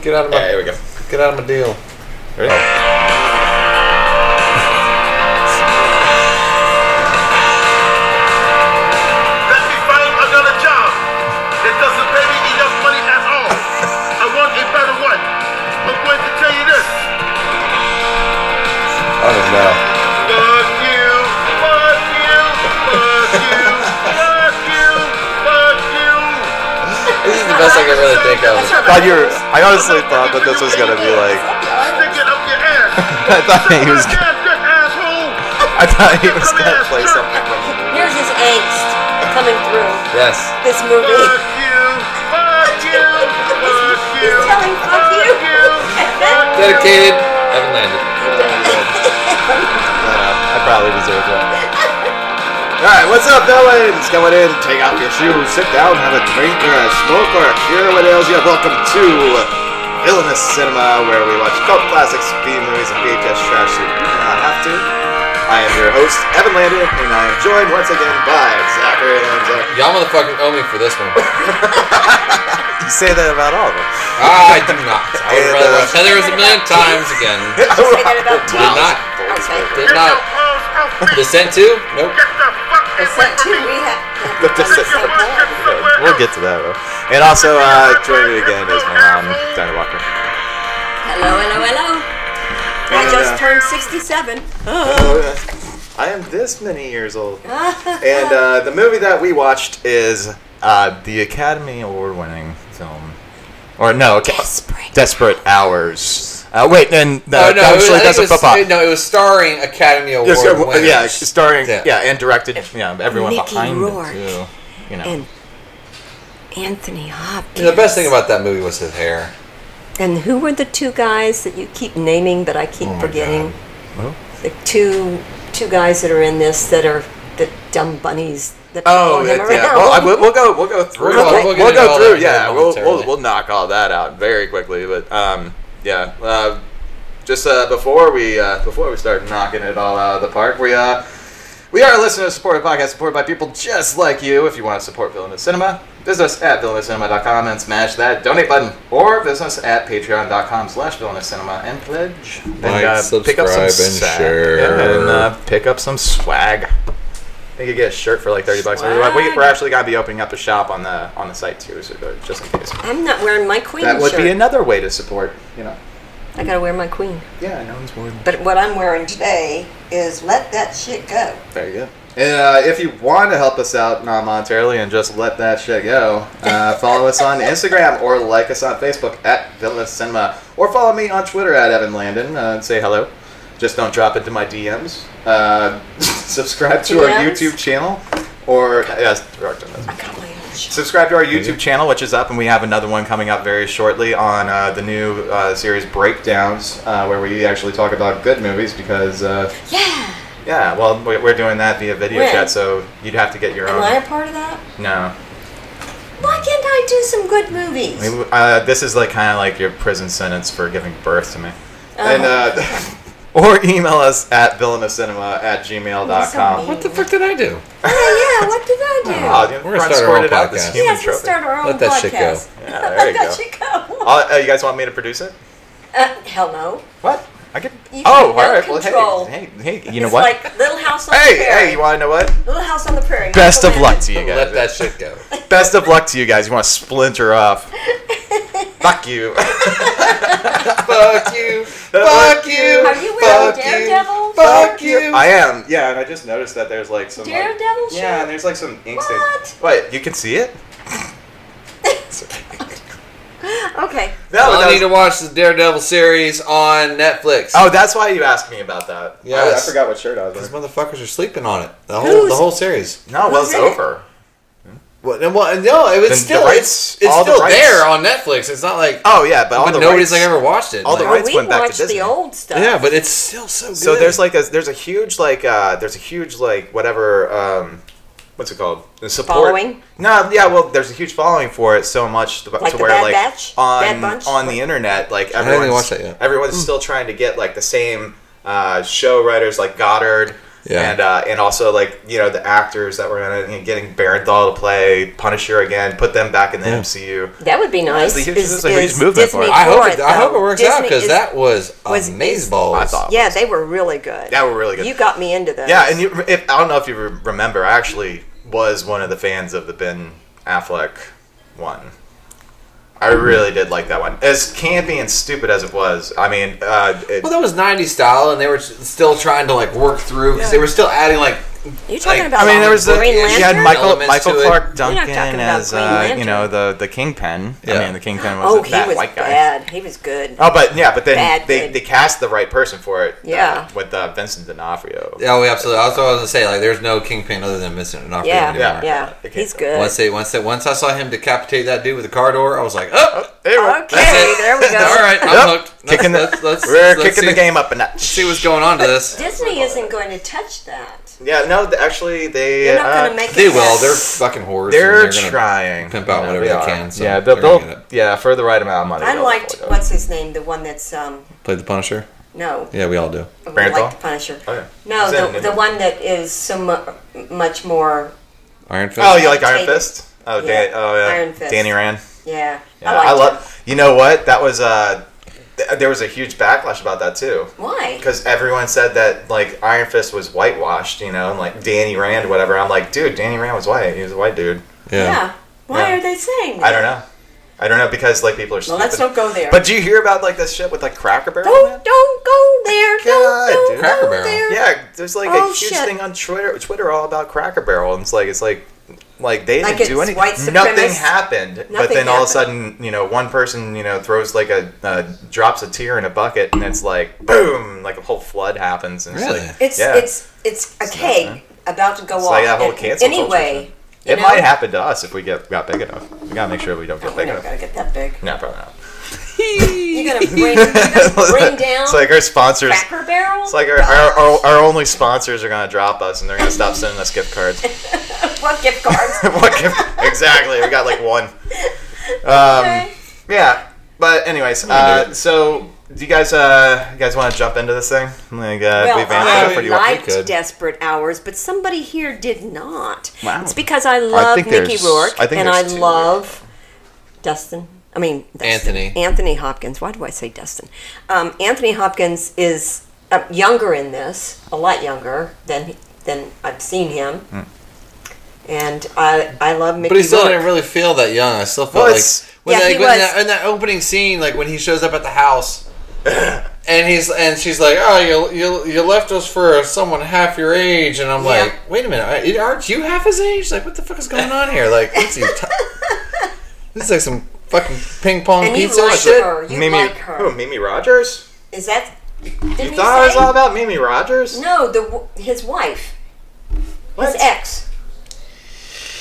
Get out of my. There we go. Get out of my deal. Ready? Let me find another job that doesn't pay me enough money at all. I want a better one. I'm going to tell you this. Oh Fuck you, fuck you, fuck you, fuck you, fuck you. This is the best I can really think of. I thought you were, I honestly thought that this was gonna be like. Stick it up your ass. I thought he was. Stick it up your asshole. I thought he was gonna play something. From, Here's his angst coming through yes. this movie. Fuck you, fuck you, fuck you. He's telling fuck you. fuck you. Dedicated. Evan landed. Uh, I probably deserve that. All right, what's up, villains? Come on in, take off your shoes, sit down, have a drink or a smoke or hear what ails you. Welcome to Villainous Cinema, where we watch cult classics, B movies, and VHS trash so you do not have to. I am your host, Evan Lander, and I am joined once again by Zachary Lanza. Y'all motherfucking owe me for this one. You say that about all of them. I do not. I would And, rather uh, watch Heather's a million times again. Say that about Did not. Okay. Did Get your not. paws off me. Descent two? Nope. Get the fuck away The set from two me. we have. The descent. Your mom can somewhere We'll else. get to that, though. And also, uh, joining me again is my mom, Dinah Walker. Hello, hello, hello. I And, just uh, turned 67. Oh, I am this many years old. and uh, the movie that we watched is uh, the Academy Award winning film. Or no, okay. Desperate. Desperate Hours. Uh, wait, and no, Oh, it was- actually, I think that's it a was- football. No, it was starring Academy Award Yes, uh, winners. yeah, starring, yeah. Yeah. and directed, yeah, everyone Mickey behind it Rourke. too. You know, And Anthony And Hopkins. the best thing about that movie was his hair. And who were the two guys that you keep naming but I keep Oh my forgetting? Who? The two two guys that are in this that are the dumb bunnies that Oh, follow him it- around. yeah. Well, I, we'll, we'll go. We'll go through. We'll We'll, go- we'll we'll, get into go all that through. Yeah, here we'll, we'll momentarily. we'll knock all that out very quickly. But um, yeah. Uh, just uh, before we uh, before we start knocking it all out of the park, we uh. We are a listener supported podcast supported by people just like you. If you want to support Villainous Cinema, visit us at villainouscinema.com and smash that donate button, or visit us at patreon.com slash villainouscinema and pledge. And, uh, Like, subscribe, and swag. share. Yeah, and uh, pick up some swag. I think you get a shirt for like thirty bucks. We, we're actually gonna be opening up a shop on the on the site too, so go- just in case. I'm not wearing my queen That would shirt. be another way to support. You know. I gotta wear my queen. Yeah, no one's more than. But what I'm wearing today is let that shit go. There you go. And uh, if you want to help us out non monetarily and just let that shit go, uh, follow us on Instagram or like us on Facebook at Villainous Cinema or follow me on Twitter at Evan Landon uh, and say hello. Just don't drop into my DMs. Uh, subscribe to our DMs? YouTube channel or. uh, Yes, direct on those. I got my own shirt. Subscribe to our YouTube channel, which is up, and we have another one coming up very shortly on uh, the new uh, series Breakdowns, uh, where we actually talk about good movies because, uh, Yeah. yeah, well, we- we're doing that via video Where? chat, so you'd have to get your Am own. I a part of that? No. Why can't I do some good movies? I mean, uh, this is like kind of like your prison sentence for giving birth to me. Oh. And, uh, or email us at villainouscinema at gmail.com. What What the fuck did I do? Oh, yeah, what did I do? Oh, you We're gonna start front our own squirted out this podcast. human yes, trophy. let's start our own Let that shit go. podcast. Yeah, there you Let that go. shit go. I'll- uh, you guys want me to produce it? Uh, hell no. What? I could. You oh, all have no right. Well, control. hey, hey, hey. You know it's what? like Little House on Hey, the Prairie. hey, you want to know what? Little House on the Prairie. Best of Nickelback. luck to you Let that guys. shit go. Best of luck to you guys. You want to splinter off. Fuck you. Fuck you. Fuck you. Are you wearing Fuck Daredevil? Fuck you. I am. Yeah, and I just noticed that there's like some. Like, Daredevil shirt? yeah, and there's like some ink stain. What? Wait, you can see it? Okay. No, Y'all that need to watch was- the Daredevil series on Netflix. oh, that's why you asked me about that. Yeah, I, Yes. forgot what shirt I was These wearing. motherfuckers are sleeping on it. The whole Who's- the whole series. No, well, it's in it? over. Well, and, well, and no, it was The- the still rights- it's, it's all the still rights. there on Netflix. It's not like Oh yeah, but all but the nobody's rights- like ever watched it. all the Like, Oh, rights we went back to watched Disney. the old stuff. yeah, but it's still so good. So there's like a there's a huge like uh there's a huge like whatever um what's it called the support Following? No, yeah, well there's a huge following for it so much to, Like to the where Bad like Batch? Bad on Bunch? Hmm. on the internet like haven't everyone's watched that yet. everyone's still trying to get like the same uh show writers like Goddard Yeah. and uh, and also like you know the actors that were in it, you know, getting Barenthal to play Punisher again, put them back in the MCU. That would be nice. the huge- is- this is a huge is movement for Disney it. I hope for it, I though. hope it works out Disney because is- that was, was- amazeballs. I thought. Yeah, they were really good. They were really good. You got me into those. Yeah, and you, if, I don't know if you re- remember, I actually was one of the fans of the Ben Affleck one. I really did like that one. As campy and stupid as it was, I mean, uh, it, Well, that was '90s style, and they were s- still trying to like work through because they were still adding like. You're talking like- about I mean, there was the, Green you Lantern. had Michael Elements Michael to it. Clark You're not Duncan talking about as Green uh, you Lantern. know the the Kingpin. Yeah. I mean, the Kingpin was oh, a he fat was white guy. bad. He was good. Oh, but yeah, but then Bad they, kid. they cast the right person for it. uh, Yeah. with uh, Vincent D'Onofrio. Yeah, we absolutely. That's what I was gonna say. Like, there's no kingpin other than Vincent D'Onofrio yeah, anymore. yeah, Okay. he's good. Once they once they, once I saw him decapitate that dude with the car door, I was like, oh, Hey, we're- okay, there we go. all right, I'm Yep. hooked. Kicking the, let's, let's, we're let's kicking see, the game up a notch. See what's going on to this. Disney isn't going to touch that. Yeah, no, th- actually, they They're not going uh, to make it. They will. that- They're fucking whores. They're, and gonna trying. pimp out You know, whatever they are. can, so yeah, they'll, they're gonna they'll- get it. yeah for the right amount of money. I they'll liked afford it. what's his name, the one that's um Play the Punisher. no, Yeah, we all do. I Barenthal? like the Punisher. Oh, yeah. Is that No, the, in the it? one that is so mu- much more. Iron Fist. Oh, you like Iron Tatum. Fist? Oh, Yeah, Dan- oh yeah, Iron Fist. Danny Rand. Yeah, Yeah, I, liked I him. love. You know what? That was uh, th- there was a huge backlash about that too. Why? Because everyone said that like Iron Fist was whitewashed, you know, and like Danny Rand, whatever. I'm like, dude, Danny Rand was white. He was a white dude. Yeah. yeah. Why Yeah. are they saying? That? I don't know. I don't know because like people are. Well, Stupid. let's not go there. But do you hear about like this shit with like Cracker Barrel? man? don't don't go there. God, don't dude. don't Cracker go Barrel. there. Yeah, there's like Oh, a huge shit. thing on Twitter, Twitter all about Cracker Barrel, and it's like it's like like they Like didn't do it's anything. white Nothing supremacist. happened, but Nothing then all of a happened. sudden, you know, one person you know throws like a uh, drops a tear in a bucket, and it's like boom, like a whole flood happens, and Really? it's like It's yeah. it's it's a man. cake about to go off. like that whole and cancel culture anyway, thing. you it know- might happen to us if we get got big enough. We gotta make sure we don't get Oh, we big never enough. gotta get that big. No, probably not. You're gonna bring, you're gonna bring down it's like our sponsors. Cracker Barrel. It's like our, our, our, our only sponsors are gonna drop us, and they're gonna stop sending us gift cards. what gift cards? What gift- exactly. We got like one. Um, Okay. Yeah, but anyways, uh, so do you guys uh, you guys want to jump into this thing? Like, uh, Well, we've answered I it pretty I well. liked could. Desperate Hours, but somebody here did not. Wow. It's because I love think Mickey there's- Rourke I think and I there's two. love Dustin. I mean Dustin. Anthony. Anthony Hopkins. Why do I say Dustin? Um, Anthony Hopkins is uh, younger in this, a lot younger than than I've seen him, Hmm. and I I love Mickey But he still Rourke. didn't really feel that young. I still Well, felt like it's- when, Yeah, like, he when was. that, in that opening scene, like when he shows up at the house, and he's and she's like, "Oh, you you, you left us for someone half your age," and I'm Yeah. like, "Wait a minute, I- aren't you half his age? Like, what the fuck is going on here? Like, what's he t- this is like some fucking ping pong and you pizza like shit." her. You Mimi, like her. who, Mimi Rogers? Is that? Did You he thought it was say? all about Mimi Rogers? No, the w- his wife, his ex.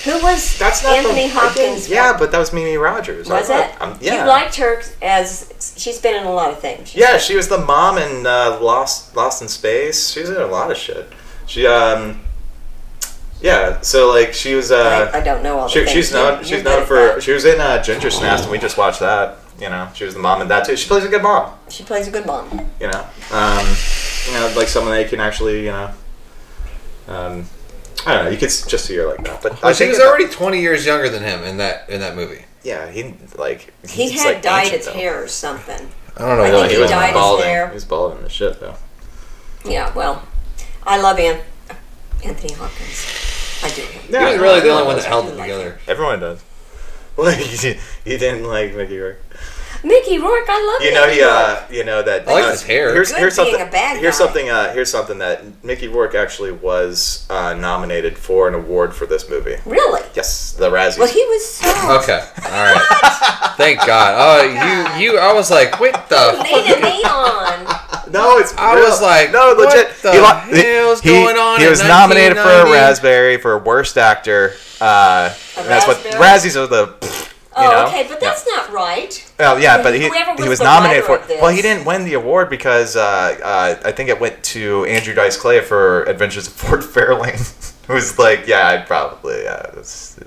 Who was That's not Anthony the, Hopkins? Yeah, but that was Mimi Rogers. I was thought- it? um, yeah. You liked her as she's been in a lot of things. Yeah, she was the mom in uh, Lost Lost in Space. She was in a lot of shit. She um. Yeah, so like she was uh. I, I don't know all the She, things. she's known. You're- She's you're known good at for. She was in uh, Ginger Snaps, and we just watched that. You know, she was the mom in that too. She plays a good mom. that. She plays a good mom. You know, um, you know, like someone that you can actually, you know, um, I don't know. You could s- just see her like that. But I Like, she think was that- already 20 years younger than him in that in that movie. Yeah, he like He he's, had like, dyed ancient, his though. hair or something. I don't know. I why think he was- dyed his balding. hair. He's balding the shit though. Yeah, well, I love An- Anthony Hopkins. I do. He was really the only one that held it together. Everyone does. Like he didn't like Mickey Rourke. Mickey Rourke, I love You know Mickey he, Rourke. uh, you know that. I like uh, his hair. Here's, Good here's being something. a bad here's guy. something. Uh, here's something that Mickey Rourke actually was uh, nominated for an award for this movie. Really? Yes, the Razzies. Well, he was so. Okay. All right. Thank God. Oh, you you. I was like, what the Lena Neon. no, it's. I real. was like, no, what legit. the hell's he, going on He in was nominated for a 1990? Raspberry for worst actor. Uh, and that's what Raspberry? Razzies are the. pfft, You Oh, know? okay, but that's not right. Oh yeah, but Who- he, whoever he was was the nominated for writer of it. Well, he this. didn't win the award because uh, uh, I think it went to Andrew Dice Clay for Adventures of Ford Fairlane, who's like, yeah, I'd probably. Yeah, that's-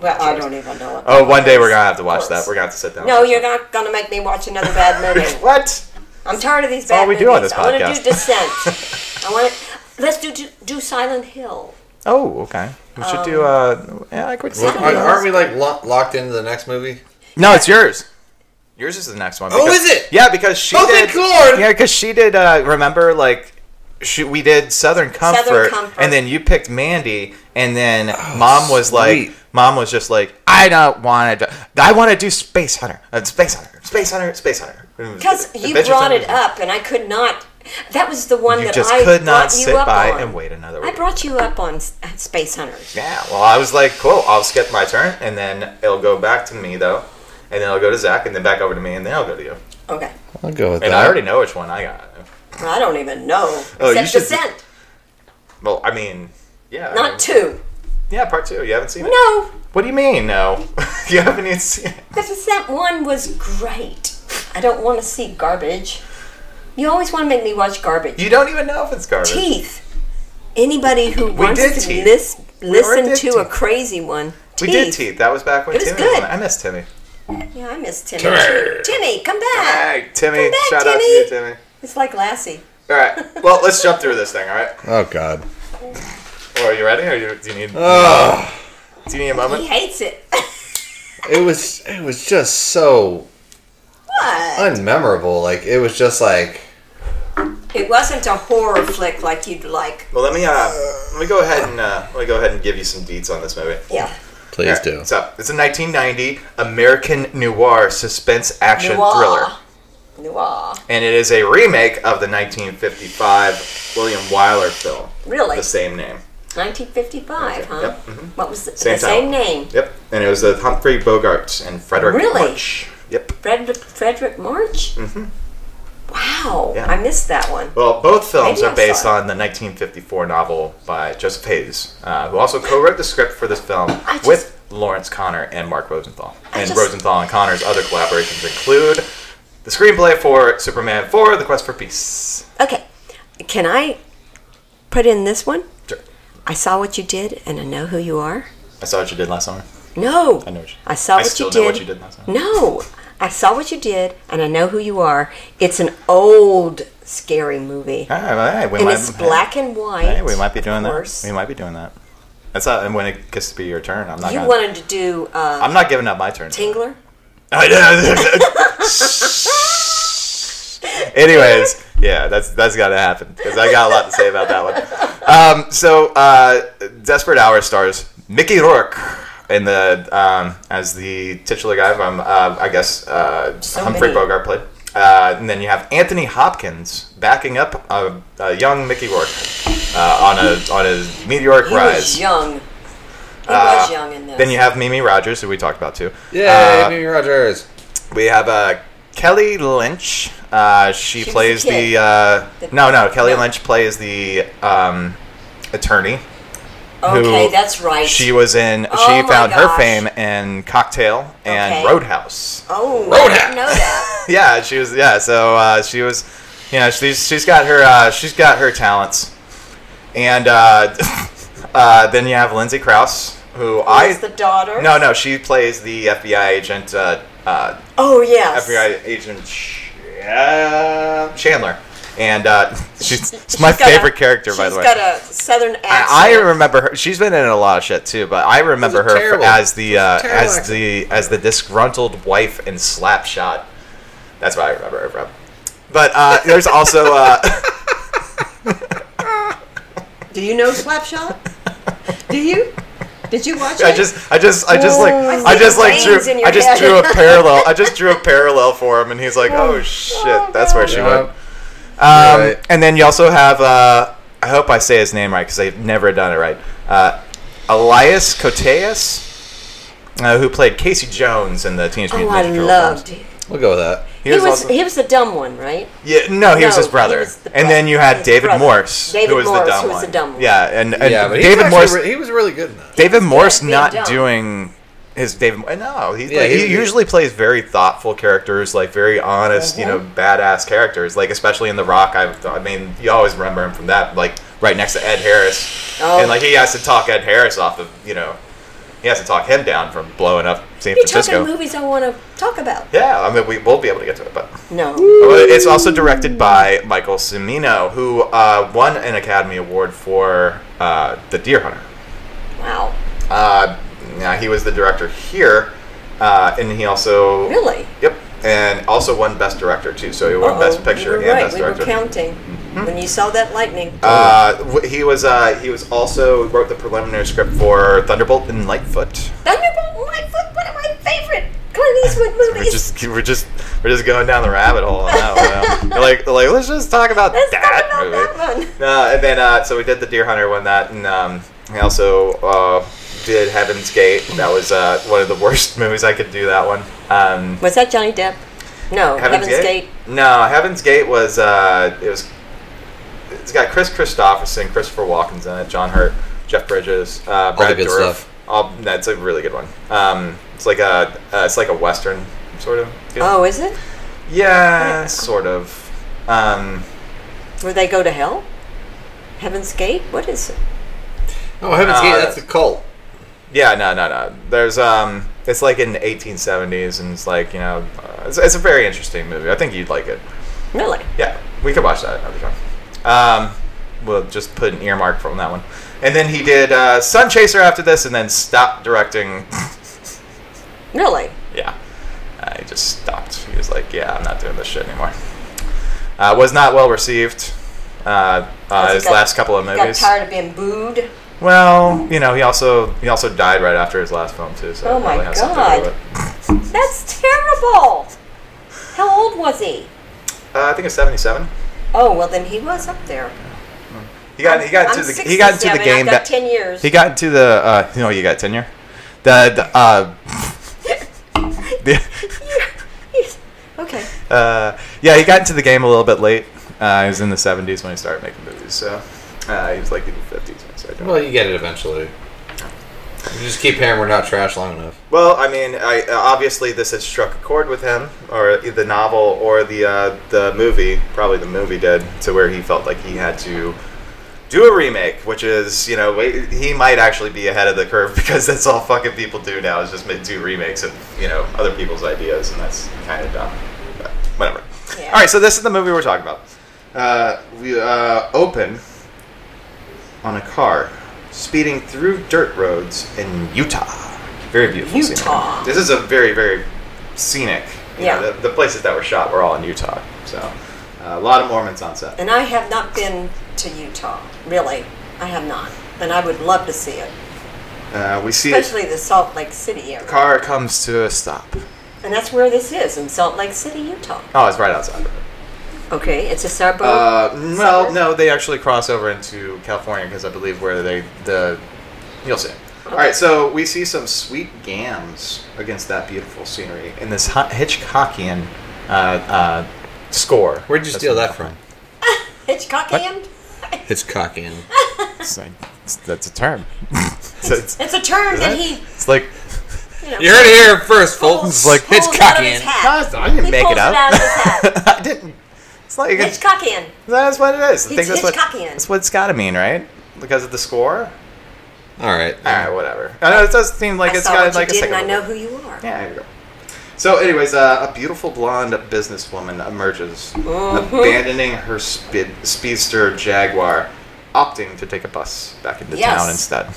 Well, I don't even know. What oh, one day we're gonna have to Of watch that. course. We're gonna have to sit down. No, and watch you're not gonna make me watch another bad that. movie. what? I'm tired of these all bad we movies. do on this I want to podcast. do Descent. I want to. Let's do do, do Silent Hill. Oh, okay. We should do. Um, Uh, yeah, I could. Look, aren't, aren't we like lo- locked into the next movie? No, it's yours. Yours is the next one. Oh, is it? Yeah, because she Oh, did. thank Lord! Yeah, because she did. Uh, remember, like, she, we did Southern Comfort, Comfort. Oh, and then you picked Mandy, and then Mom was sweet. like, Mom was just like, I don't want to. I want to do Space Hunter, uh, Space Hunter, Space Hunter, Space Hunter. Because you Adventure brought Time it was- up, and I could not. That was the one You that just I could not brought you sit up by on. and wait another I week. brought you up on S- uh, Space Hunters. Yeah, well, I was like, cool, I'll skip my turn, and then it'll go back to me, though. And then it'll go to Zach, and then back over to me, and then it'll go to you. Okay. I'll go with And I already know which one I got. I don't even know. Oh, you Except the should- scent. Well, I mean, yeah. I mean- Not two. Yeah, part two. You haven't seen it? No, What do you mean, no? you haven't even seen it. the scent one was great. I don't want to see garbage. You always want to make me watch garbage. You don't even know if it's garbage. teeth. Anybody who wants did to teeth. lis- listen did to a teeth. crazy one. We did teeth. That was back when It was Timmy good. on it. I miss Timmy. Yeah, I miss Timmy. Timmy, come back. Hey, Timmy. Come back, shout out to Timmy. you, Timmy. It's like Lassie. All right. Well, let's jump through this thing, all right? Oh God. Well, are you ready? Or you, do you need Ugh. do you need a He moment? hates it. It was it was just so what? unmemorable. Like it was just like It wasn't a horror flick like you'd like. Well, let me uh, let me go ahead and uh, let me go ahead and give you some deets on this movie. Yeah. please All do. right, So it's a 1990 American noir suspense action Noir. thriller, Noir. and it is a remake of the 1955 William Wyler film, Really? the same name. 1955, huh? Yep, Mm-hmm. What was the Same the title. same name? Yep, and it was the Humphrey Bogarts and Frederick Really? March. Yep. Fred- Frederick March? Mm-hmm. Wow. Yeah. I missed that one. Well, both films Maybe are I based saw on the 1954 novel by Joseph Hayes, uh, who also co-wrote the script for this film just- with Lawrence Connor and Mark Rosenthal. And just- Rosenthal and Connor's other collaborations include the screenplay for Superman 4: The Quest for Peace. Okay. Can I put in this one? Sure. I saw what you did and I know who you are. I saw what you did last summer. No. I know what you. I saw I what still know you did. what you did last summer. No. I saw what you did and I know who you are. It's an old scary movie. All right, Ah, well, hey, we and might, it's black and white. Hey, we might be doing of that. course. We might be doing that. That's how, and when it gets to be your turn, I'm not. You gonna, wanted to do uh, I'm not giving up my turn. Tingler? I know. Anyways, yeah, that's that's got to happen because I got a lot to say about that one. Um, so, uh, Desperate Hour stars Mickey Rourke in the um, as the titular guy from uh, I guess uh, Humphrey many. Bogart played, uh, and then you have Anthony Hopkins backing up a, a young Mickey Rourke uh, on a on a meteoric He rise. Uh, was young. He was young in this. Then you have Mimi Rogers, who we talked about too. Yay, Uh, Mimi Rogers. we have uh, Kelly Lynch. Uh, she, She was plays the the, kid. uh, The- no, no. Kelly no. Lynch plays the um, attorney. who- okay, that's right. She was in. Oh she my found her gosh. fame in Cocktail and Okay. Roadhouse. oh, I Roadhouse. didn't know that. Yeah, she was. Yeah, so uh, she was. You know, she's she's got her uh, she's got her talents, and uh, uh, then you have Lindsay Krause, who I Is the daughter? no no she plays the FBI agent uh, uh, Oh yes. FBI agent Sh- uh, Chandler, and uh, she's, it's my She's got a- favorite character by the way. She's got a southern accent. I, I remember her. She's been in a lot of shit too, but I remember her terrible. as the uh, terrible as actor. the as the disgruntled wife in Slapshot. That's what I remember her from. But uh, there's also uh, Do you know Slapshot? Do you? Did you watch I it? just I just I just like I just like drew veins in your I just head. drew a parallel I just drew a parallel for him, and he's like, oh shit, that's where she went. Yep. Um, Right. And then you also have, uh, I hope I say his name right because I've never done it right. Uh, Elias Koteas, uh, who played Casey Jones in the Teenage Oh, Mutant I Ninja Turtle loved. films. He, We'll go with that. He was, was also- he was the dumb one, right? yeah, no, he was No, his brother. he was the and bro- then you had his David brother. Morse, David who was Morse, the dumb who was one. the dumb one. Yeah, and, and yeah, but he David was actually Morse. re- he was really good in that. David Morse being not dumb. doing his David. No, he's Yeah, like, he, he- usually plays very thoughtful characters, like very honest, you know, badass characters. Like especially in The Rock, I, I mean, you always remember him from that. Like right next to Ed Harris, Oh. and like he has to talk Ed Harris off of you know he has to talk him down from blowing up San You're talking Francisco. movies I want to talk about. Yeah, I mean, we will be able to get to it, but No. Well, it's also directed by Michael Cimino, who uh, won an Academy Award for uh, The Deer Hunter. Wow. Uh, now he was the director here, uh, and he also Really? yep, and also won Best Director too. So he won Uh-oh, Best Picture you were and right. Best we Director. Mm-hmm. were counting when you saw that lightning. Uh, w- he was uh, he was also wrote the preliminary script for Thunderbolt and Lightfoot. Thunderbolt and Lightfoot, one of my favorite Clint Eastwood We're movies. just we're just we're just going down the rabbit hole. On that one. We're like we're like let's just talk about Let's talk that about movie. that one. Uh, and then uh, so we did the Deer Hunter one that, and um, I also uh, did Heaven's Gate. That was uh, one of the worst movies I could do. That one. Um, Was that Johnny Depp? No, Heaven's, Gate. No, Heaven's Gate was uh, it was. It's got Chris Christopherson, Christopher Walken's in it, John Hurt, Jeff Bridges, uh, Brad good Dourif. stuff. All that's a really good one. Um, it's like a uh, it's like a western sort of. feel. Oh, is it? yeah, sort of. Um, Where they go to hell? Heaven's Gate? What is it? Oh, Heaven's Uh, Gate, that's the cult. Yeah, no, no, no. There's um, it's like in 1870s, and it's like you know, uh, it's, it's a very interesting movie. I think you'd like it. Really? Yeah, we could watch that another time. Um, we'll just put an earmark from that one. And then he did uh, Sun Chaser after this, and then stopped directing. Really? yeah, uh, he just stopped. He was like, "Yeah, I'm not doing this shit anymore." Uh, was not well received. Uh, uh, he his got- last couple of Got movies. tired of being booed. Well, you know, he also he also died right after his last film too. So Oh it my probably has something to do God. with it. That's terrible. How old was he? Uh, I think it's seventy-seven. Oh well, then he was up there. He got he got I'm into the he got into the 67, game. I've got ba- ten years. he got into the uh, you know you got tenure. The, the uh, the, okay. uh, yeah, he got into the game a little bit late. Uh, he was in the seventies when he started making movies. So uh, he was like in the fifties when he started. Doing Well, you get it eventually. You just keep hammering out trash long enough. Well, I mean, I obviously this has struck a chord with him, or the novel, or the uh, the movie. Probably the movie did to where he felt like he had to do a remake, which is you know wait- he might actually be ahead of the curve because that's all fucking people do now is just make do remakes of you know other people's ideas, and that's kind of dumb. But whatever. Yeah. All right, so this is the movie we're talking about. Uh, we uh, open on a car speeding through dirt roads in Utah. Very beautiful. Utah. Scenic. This is a very very scenic. you know, Yeah. the, the places that were shot were all in Utah, so uh, a lot of Mormons on set. And I have not been to Utah. Really, I have not. And I would love to see it, Uh, we see it. especially the Salt Lake City The area. car comes to a stop. And that's where this is in Salt Lake City, Utah. Oh, it's right outside. Okay, it's a suburb. Uh, well, Suburb? no, they actually cross over into California because I believe where they the you'll see. All right, so we see some sweet gams against that beautiful scenery in this Hi- Hitchcockian uh, uh, score. Where'd you That's steal what- that from? Hitchcockian. Hitchcockian. It's like- it's- that's a term. so it's, It's a term that he, it's like you know, You heard it here first, Fulton. pulls, like pulls out of oh, his Hitchcockian. I hat. didn't He make pulls it up. it out of his hat. I didn't. It's like Hitchcockian. that's what it is. I think It's that's what Hitchcockian. that's what it's got to mean, right? Because of the score. All right. All right, Ah, whatever. I know it does seem like I it's saw got what like you a did, and second. I know who you are. Yeah, there you go. So, anyways, uh, a beautiful blonde businesswoman emerges, Mm-hmm. abandoning her speed- speedster Jaguar, opting to take a bus back into Yes. town instead.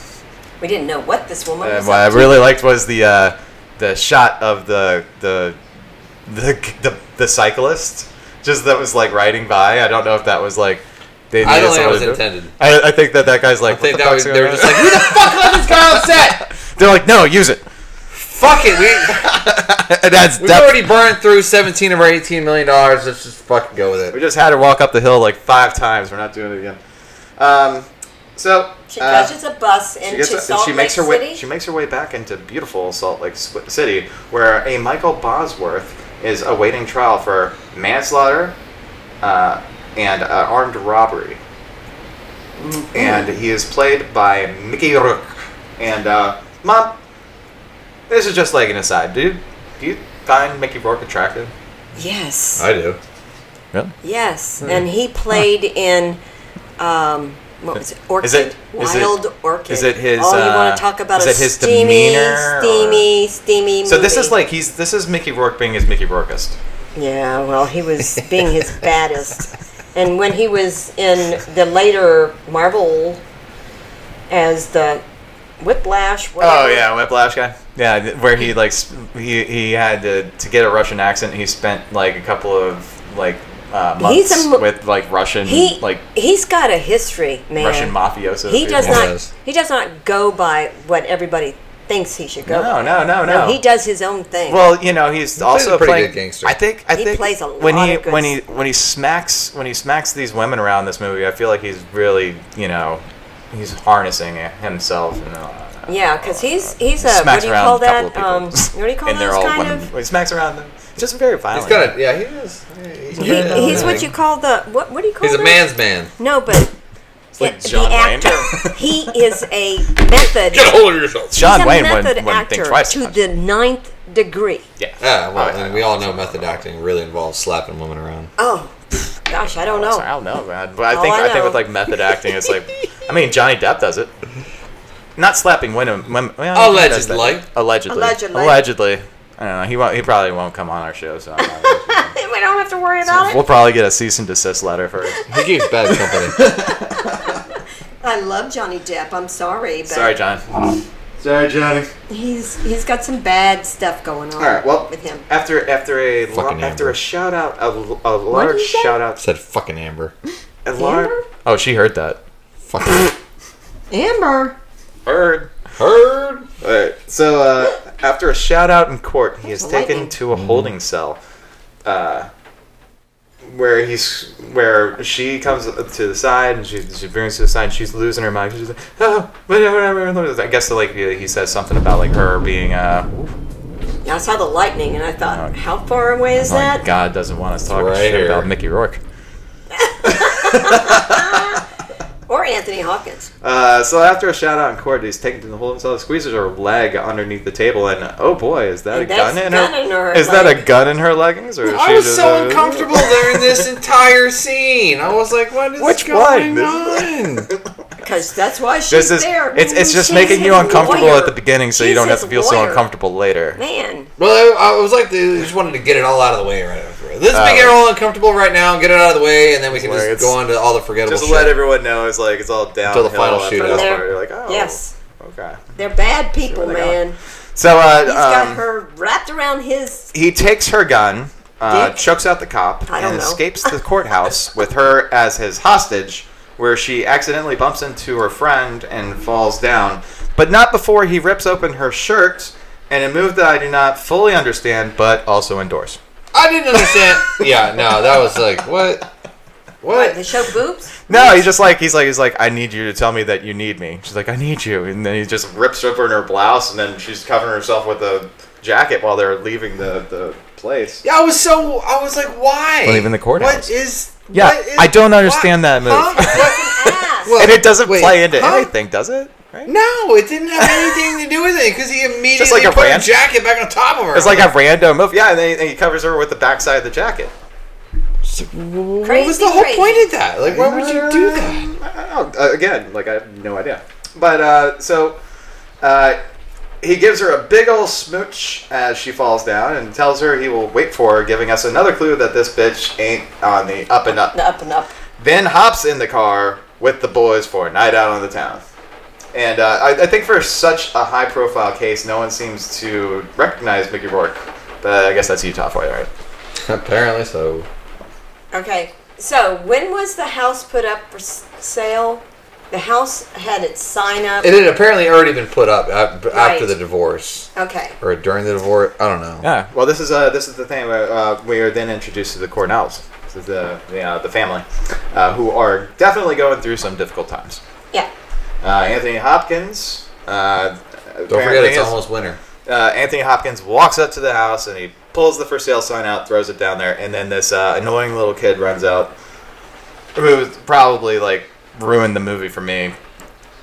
We didn't know what this woman Uh, was. what I up to. really liked was the uh, the shot of the the the the, the cyclist just that was like riding by. I don't know if that was like they. I needed don't think that someone was to do it. intended. I, I think that that guy's like. I "What think the that fuck's was, they were going just on?" like, who the fuck let this guy on set? They're like, no, use it. Fuck it, we, That's We've def- already burned through 17 of our 18 million dollars. Let's just fucking go with We it. just had her walk up the hill like five times. We're not doing it again. Um, so She uh, catches a bus into she gets- and Salt she makes Lake her way. City. She makes her way back into beautiful Salt Lake S- City, where a Michael Bosworth is awaiting trial for manslaughter uh, and uh, armed robbery. Mm-hmm. And he is played by Mickey Rourke. And uh, mom, this is just like an aside, dude. Do you find Mickey Rourke attractive? yes. I do. Really? Hmm. yes. And he played in um, what was it? Orchid. Is it- is it- Wild Orchid. is it his, Oh, you uh, want to talk about is a it his steamy, demeanor or- steamy, steamy. So this is movie. like he's this is Mickey Rourke being his Mickey Rourkeist. Yeah, well, he was being his baddest. And when he was in the later Marvel as the Whiplash. Whatever, Oh yeah, Whiplash guy. Yeah, th- where he like s- he he had to to get a Russian accent. He spent like a couple of like uh, months He's a mo- with like Russian He like he's got a history, man. Russian mafioso. He does people. not. Yes. He does not go by what everybody thinks he should go. No, by. no, no, no. He does his own thing. Well, you know, he's plays also a pretty playing, good gangster. I think I He think plays a when lot he of good when he s- when he smacks when he smacks these women around this movie, I feel like he's really you know he's harnessing it himself. And, uh, yeah, because he's he's he a what smacks do you around call a couple that? of Um, people. what do you call and they're those all kind women. of? He smacks around them. Just very violent. He's got a yeah. He is. He's, He, he's what you call the what? What do you call? He's a those? man's man. No, but like the- John the Wayne. actor. he is a method. Get a hold of yourself. John he's a Wayne method wouldn't, wouldn't actor think twice. to about the ninth degree. it. yeah. Ah, well, Oh, yeah. and we all know method acting really involves slapping women around. Oh, gosh, I don't know. Sorry, I don't know, man. But I All think Oh, I I, think know- with like method acting, it's like, I mean, Johnny Depp does it. Not slapping women. women well, he does that. Allegedly. Allegedly. Allegedly. Allegedly. I don't know. He won't. He probably won't come on our show. So I'm not we don't have to worry about we'll it. probably get a cease and desist letter for. He keeps bad company. I love Johnny Depp. I'm sorry, but Sorry, John. Sorry, Johnny. he's he's got some bad stuff going on All right. Well, with him. After after a lo- Fucking after Amber. a shout out a, l- a large you say? shout out Said fucking Amber. a large. Oh, she heard that. Fucking Amber. Heard. heard. All right. So uh, after a shout out in court, he is the taken lightning. to a holding cell, uh, where he's where she comes up to the side and she she brings to the side. And she's losing her mind. She's like, oh, whatever. I guess like he says something about like her being uh, I saw the lightning and I thought, Oh. how far away is like that? God doesn't want us talking right shit here. about Mickey Rourke. Or Anthony Hopkins. Uh, so after a shout out in court, he's taken to the holding cell, squeezes her leg underneath the table, and oh boy, is that And a that's gun in gun her? in her is that a leg. gun in her leggings? Or is I she was just, so uh, uncomfortable during this entire scene. I was like, what is Which going one? on? Because that's why she's This is there. it's it's just She's making his you uncomfortable lawyer. at the beginning, so you She's don't have his to feel so lawyer. uncomfortable later. Man, Well, I, I was like, they just wanted to get it all out of the way right after. Let's Oh. make it all uncomfortable right now, get it out of the way, and then we can Like, just it's- go on to all the forgettable Just shit. to let everyone know, it's like it's all down Until the final shootout. This There- part. You're like, oh, yes. okay. they're bad people, they man. So uh, He's got um, her wrapped around his. he takes her gun, uh, Dick? chokes out the cop, I don't and know. escapes the courthouse with her as his hostage, where she accidentally bumps into her friend and falls down. But not before he rips open her shirt in a move that I do not fully understand, but also endorse. I didn't understand. yeah, no, that was like, what? What? They show boobs. No, he's just like he's like he's like I need you to tell me that you need me. She's like I need you, and then he just rips open her blouse, and then she's covering herself with a jacket while they're leaving the the place. Yeah, I was so. I was like, why? Well, even the courthouse. What is. Yeah, what is- I don't understand why- that move. Huh? Ass. Well- And it doesn't Wait, play into huh? anything, does it? Right? no, it didn't have anything to do with it because he immediately like a put rant. a jacket back on top of her. It's like a random move. Yeah, and then he, and he covers her with the backside of the jacket. what was the whole point of that? Like, why would you do that? I don't know. Uh, again, like I have no idea. But uh, so uh, he gives her a big old smooch as she falls down and tells her he will wait for her, giving us another clue that this bitch ain't on the up and up. The up and up. Then hops in the car with the boys for a night out on the town. And uh, I, I think for such a high profile case, no one seems to recognize Mickey Rourke. But I guess that's Utah for you, right? Apparently so. Okay, so when was the house put up for s- sale? The house had its sign up. It had apparently already been put up uh, Right. after the divorce Okay, or during the divorce. I don't know. Yeah. Well, this is uh, this is the thing. Where, uh, we are then introduced to the Cornells. This is the the, uh, the family uh, who are definitely going through some difficult times. yeah. Uh, Anthony Hopkins. Uh, Don't forget, it's almost winter. uh, Anthony Hopkins walks up to the house and he pulls the for sale sign out, throws it down there, and then this uh, annoying little kid runs out, who probably like ruined the movie for me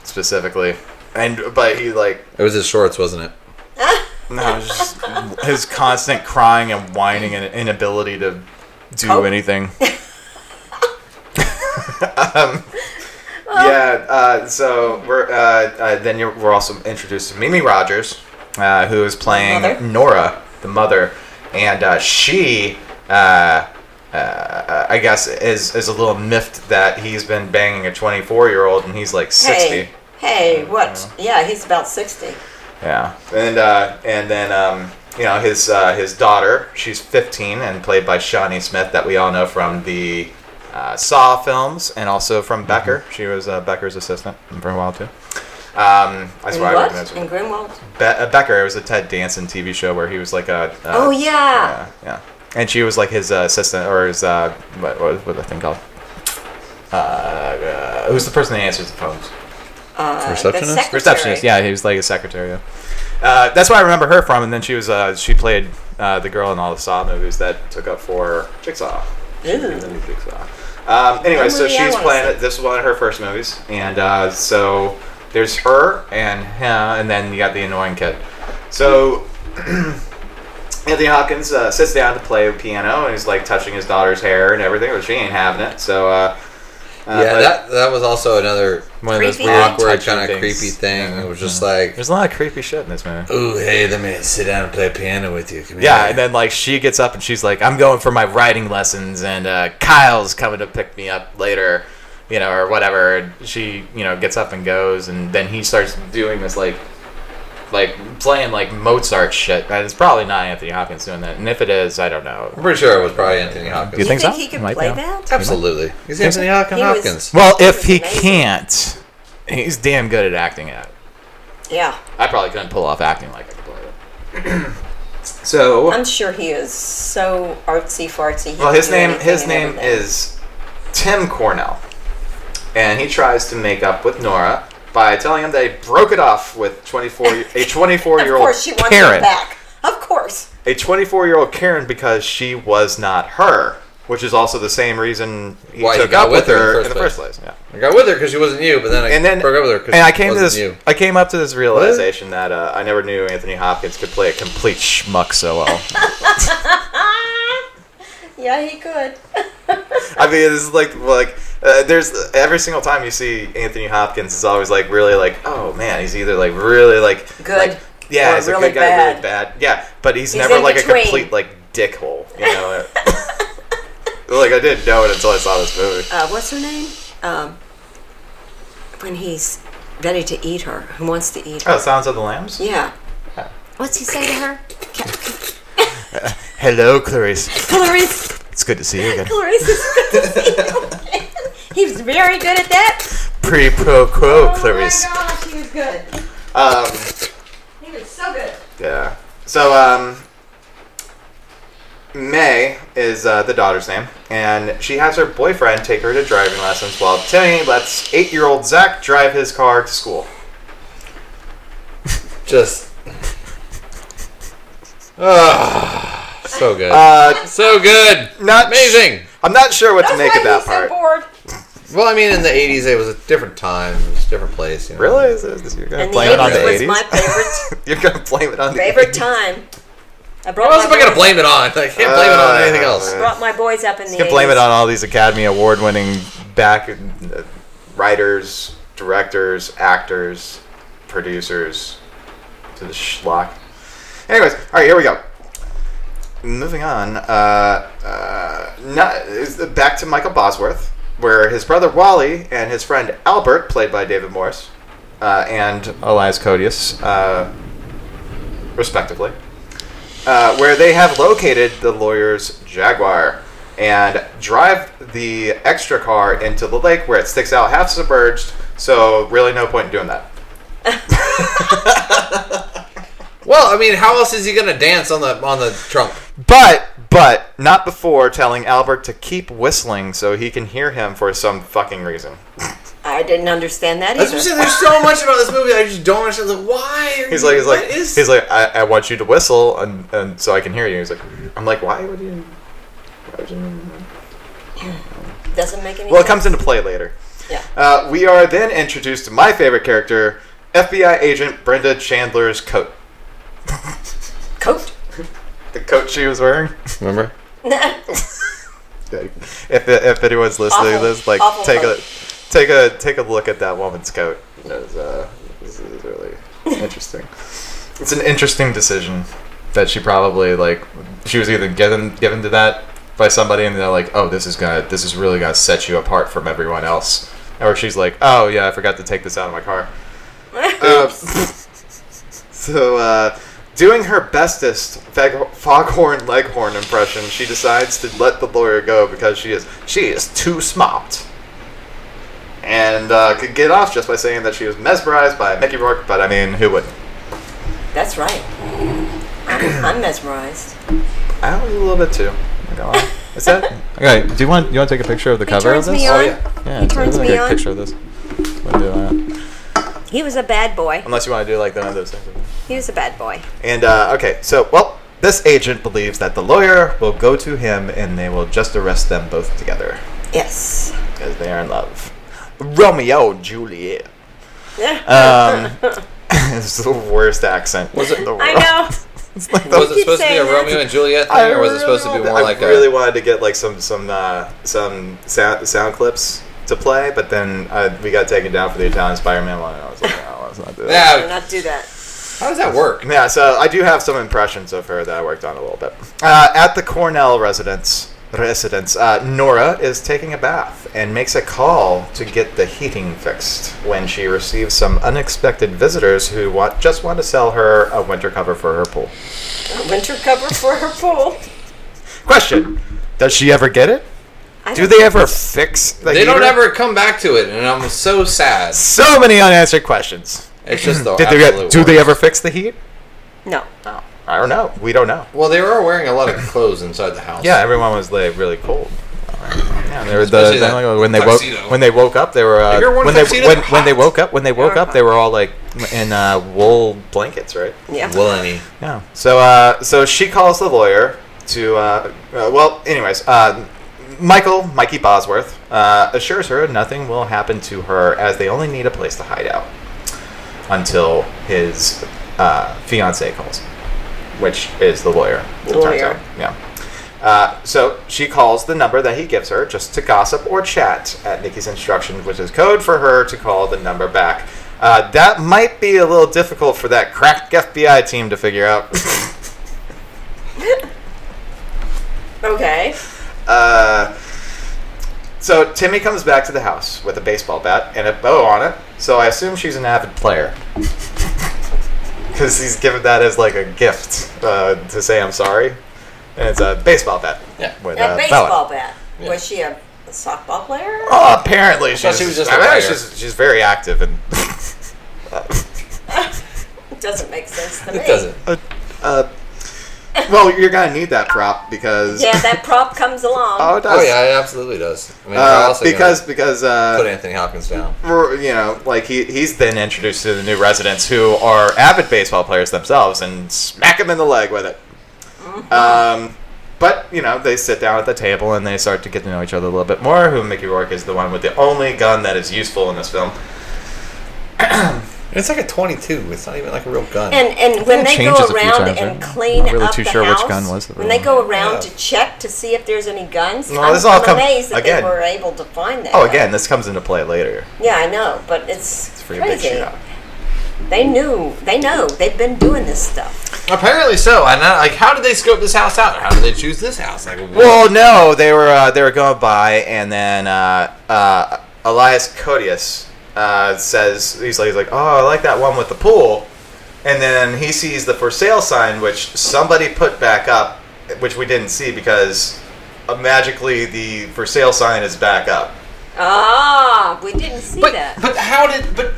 specifically. And but he like It was his shorts, wasn't it? No, it's just his constant crying and whining and inability to do Oh. Cope. anything. um, yeah. Uh, so we're uh, uh, then you're, we're also introduced to Mimi Rogers, uh, who is playing Mother. Nora, the mother, and uh, she, uh, uh, I guess, is is a little miffed that he's been banging a 24 year old and he's like 60. Hey, hey, what? Yeah, he's about sixty. Yeah, and uh, and then um, you know his uh, his daughter, she's 15 and played by Shawnee Smith, that we all know from the uh, Saw films and also from Becker. She was uh, Becker's assistant for a while too. Um, that's In why I what? recognize In Grimwald? Be- uh, Becker. It was a Ted Danson TV show where he was like a. Uh, oh yeah. yeah, yeah. And she was like his uh, assistant or his uh, what what was that thing called? Uh, uh, who's the person that answers the phones? Uh, the Receptionist? secretary. receptionist. Yeah, he was like a secretary. yeah. Uh, that's where I remember her from. And then she was uh, she played uh, the girl in all the Saw movies that took up for Jigsaw. She was in the new Jigsaw. Um, anyway, so movie I she's wanna playing. see. This was one of her first movies, and uh, so there's her and him, and then you got the annoying kid. So Anthony Hopkins uh, sits down to play piano, and he's like touching his daughter's hair and everything, but she ain't having it. So uh, uh, yeah, but that that was also another one of those Creepy. awkward Touching kind of things. creepy thing. It was just like, there's a lot of creepy shit in this movie. ooh, hey, let me sit down and play piano with you. Come here." Yeah, and then like she gets up and she's like, "I'm going for my writing lessons, and uh, Kyle's coming to pick me up later, you know, or whatever." And she, you know, gets up and goes, and then he starts doing this like, like playing like Mozart shit. And it's probably not Anthony Hopkins doing that, and if it is, I don't know. I'm pretty sure it was probably Anthony You Hopkins. think think so? he could Might play be. that? Absolutely, he's Anthony Hopkins. He was- Hopkins. Well, if he Amazing. can't, he's damn good at acting at it. Yeah, I probably couldn't pull off acting like I could play it. so I'm sure he is so artsy fartsy. he Well, can his do name anything his and name everything. is Tim Cornell, and he tries to make up with Nora by telling him they broke it off with twenty four a twenty four Of year old course, she wants Karen, him back. Of course. a twenty four year old Karen because she was not her, which is also the same reason he Why he took got up with her in the first place. Yeah. I got with her because she wasn't you, but then I And then, broke up with her because and I came to wasn't You. this, I came up to this realization that uh, I never knew Anthony Hopkins could play a complete schmuck so well. Ah! Yeah, he could. I mean, it's like like uh, there's every single time you see Anthony Hopkins is always like really like oh man he's either like really like Good like, yeah or he's a really good guy really bad. bad yeah but he's, He's never in like a between. complete like dickhole you know like I didn't know it until I saw this movie Uh, what's her name? Um, when he's ready to eat her, who wants to eat her? oh Sounds of the Lambs Yeah. What's he say to her? hello Clarice Clarice. it's good to see you again Clarice is good to see you. He was very good at that. pre pro quo Oh my gosh, he was good. um He was so good. yeah so um May is uh, the daughter's name, and she has her boyfriend take her to driving lessons while Timmy lets eight-year-old Zach drive his car to school. Just. Ah, so good. Uh, so good. not Amazing. I'm not sure what That's to make why of that he's part. so bored. Well, I mean, in the 80s, it was a different time. It was a different place. You know? really? Is this- you're gonna And the blame it on the 80s was 80s? my favorite you're gonna blame it on favorite the 80s? time. I What brought, else am my I going to boys- blame it on? I can't blame it on Uh, anything else. uh, brought my boys up in the You can blame it 80s. on all these Academy Award-winning back uh, writers, directors, actors, producers to the schlock. Anyways, all right, here we go. Moving on, uh, uh, not, is the- back to Michael Bosworth, where his brother Wally and his friend Albert, played by David Morris, uh, and Elias Codius, uh, respectively, uh, where they have located the lawyer's Jaguar and drive the extra car into the lake where it sticks out half submerged, so really no point in doing that. Well, I mean, how else is he going to dance on the on the trunk? But but not before telling Albert to keep whistling so he can hear him for some fucking reason. I didn't understand that That's what I'm either. saying. There's so much about this movie I just don't understand. Like, why? Are He's you, like he's like what is- he's like I, I want you to whistle and, and so I can hear you. He's like I'm like why would you? Why would you? Doesn't make any Well, it sense. comes into play later. Yeah. Uh, we are then introduced to my favorite character, FBI agent Brenda Chandler's coat. Coat. The coat she was wearing. remember? if if anyone's listening to Awful- this, like awful take a coat. take a take a look at that woman's coat. That is, uh, this is really interesting. It's an interesting decision that she probably like she was either given given to that by somebody and they're like, "Oh, this is going to this is really going to set you apart from everyone else." Or she's like, "Oh, yeah, I forgot to take this out of my car." Uh, so, uh, doing her bestest fag- foghorn leghorn impression, she decides to let the lawyer go because she is she is too smart. And uh, could get off just by saying that she was mesmerized by Mickey Rourke, but I mean, who wouldn't? That's right. I'm, I'm mesmerized. I was a little bit too. I got one. Is that okay? Do you want you want to take a picture of the cover turns of this? me on. Yeah, He it's- it's turns a me good on. picture of this. Wanna do that? He was a bad boy. Unless you want to do like the of those things. He was a bad boy. And uh, okay, so well, this agent believes that the lawyer will go to him and they will just arrest them both together Yes. because they are in love. Romeo and Juliet. Yeah. Um, it's the worst accent. Was it the I know. It's like the Was it keep supposed to be saying a that. Romeo and Juliet thing, or was it supposed to be really more wanted- like I really a? wanted to get like some some uh, some sound, sound clips to play, but then uh, we got taken down for the Italian Spider-Man one, and I was like, oh, let's not do that. Do Yeah. not do that. How does that work? Yeah, so I do have some impressions of her that I worked on a little bit. Uh, at the Cornell residence, residence, uh, Nora is taking a bath and makes a call to get the heating fixed when she receives some unexpected visitors who want just want to sell her a winter cover for her pool. A winter cover for her pool. Question: Does she ever get it? I Do don't- they ever fix? The They don't heater? ever come back to it, and I'm so sad. So many unanswered questions. It's just the Did they, absolute do they worst. ever fix the heat? No. No, I don't know. We don't know. Well, they were wearing a lot of clothes inside the house. Yeah, everyone was like really cold. Yeah, they were the, Especially they- that when they tuxedo. woke when they woke up they were uh, If you're wearing when they tuxedo, when, they're when they hot. woke up when they woke They're up they were all like in uh, wool blankets right Yeah. Willany. yeah so uh, so she calls the lawyer to uh, uh, well anyways uh, Michael Mikey Bosworth uh, assures her nothing will happen to her as they only need a place to hide out until his uh, fiance calls which is the lawyer. it turns Lawyer. out. Yeah. Uh, so she calls the number that he gives her just to gossip or chat at Nikki's instructions, which is code for her to call the number back. Uh, that might be a little difficult for that crack FBI team to figure out. Okay. Uh, so Timmy comes back to the house with a baseball bat and a bow on it. So I assume she's an avid player. Because he's given that as like a gift uh, to say I'm sorry. And it's a baseball bat. Yeah. With a bow That on baseball it. bat. Yeah. Was she a, a softball player? Oh, apparently she's, thought she was just a apparently player. she's, she's very active and It doesn't make sense to me. It doesn't. uh, well you're gonna need that prop because Yeah, that prop comes along. oh it does Oh yeah, it absolutely does. I mean, Uh, how else are you gonna because because uh, put Anthony Hopkins down. for- you know, like he, he's then introduced to the new residents who are avid baseball players themselves and smack him in the leg with it. Um, but, you know, they sit down at the table and they start to get to know each other a little bit more. Who Mickey Rourke is the one with the only gun that is useful in this film. It's like a 22. It's not even like a real gun. And and when it they go changes a few around times, and right? clean Not really up too the sure which house, gun was the when real they go around Yeah. to check to see if there's any guns, No, I'm, this all I'm come- amazed that again. they were able to find that. Oh, again, this comes into play later. Yeah, I know, but it's, For your big crazy. shootout. They knew. They know. They've been doing this stuff. Apparently so. And I, like, how did they scope this house out? How did they choose this house? Like, what- Well, no, they were uh, they were going by, and then uh, uh, Elias Codius uh, says he's like, he's like, oh, I like that one with the pool, and then he sees the for sale sign, which somebody put back up, which we didn't see because uh, magically the for sale sign is back up. Ah, we didn't see but that. but how did but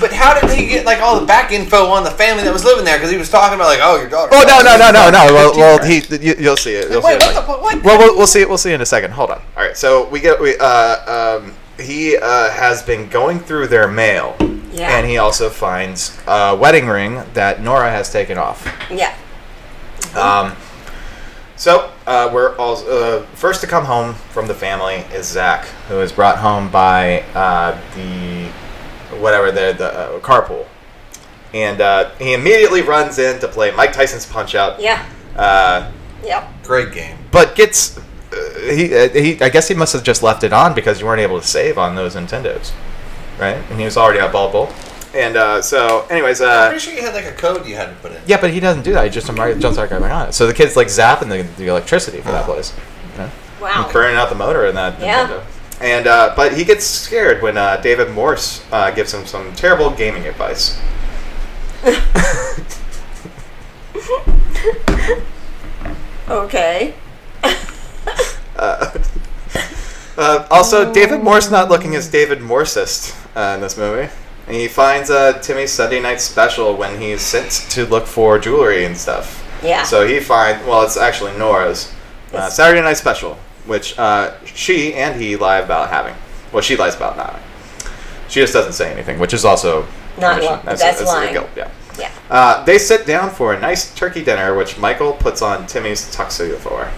but how did he get like all the back info on the family that was living there? Because he was talking about like, oh, your daughter. Oh no no no no no! Well, well he, you, you'll see it. You'll see Wait, it. what the fu- what? Well, well, we'll see. We'll see in a second. Hold on. All right. So we get we uh um he uh has been going through their mail. Yeah. And he also finds a wedding ring that Nora has taken off. yeah. Um. So uh, we're all uh, first to come home from the family is Zach, who is brought home by uh, the whatever the the uh, carpool, and uh, he immediately runs in to play Mike Tyson's Punch Out. Yeah. Uh, Yep. Great game. but gets he, uh, he, I guess he must have just left it on because you weren't able to save on those Nintendos, right? And he was already at Ball Bowl. And uh, so, anyways, I'm uh, pretty sure you had like a code you had to put in. yeah, but he doesn't do that. He just Mario jumps right on it. So the kid's like zapping the, the electricity for that place. You know? Wow. and current out the motor in that Yeah. Nintendo. And uh, but he gets scared when uh, David Morse uh, gives him some terrible gaming advice. Okay. Uh, also, David Morse not looking as David Morsist uh, in this movie. And he finds uh, Timmy's Sunday night special when he's sent to look for jewelry and stuff. Yeah. So he finds well, it's actually Nora's uh, Yes. Saturday night special, which uh, she and he lie about having. Well, she lies about not. having. She just doesn't say anything, which is also Not permission. lying. That's a lying. guilt, yeah. Yeah. Uh, they sit down for a nice turkey dinner, which Michael puts on Timmy's tuxedo for,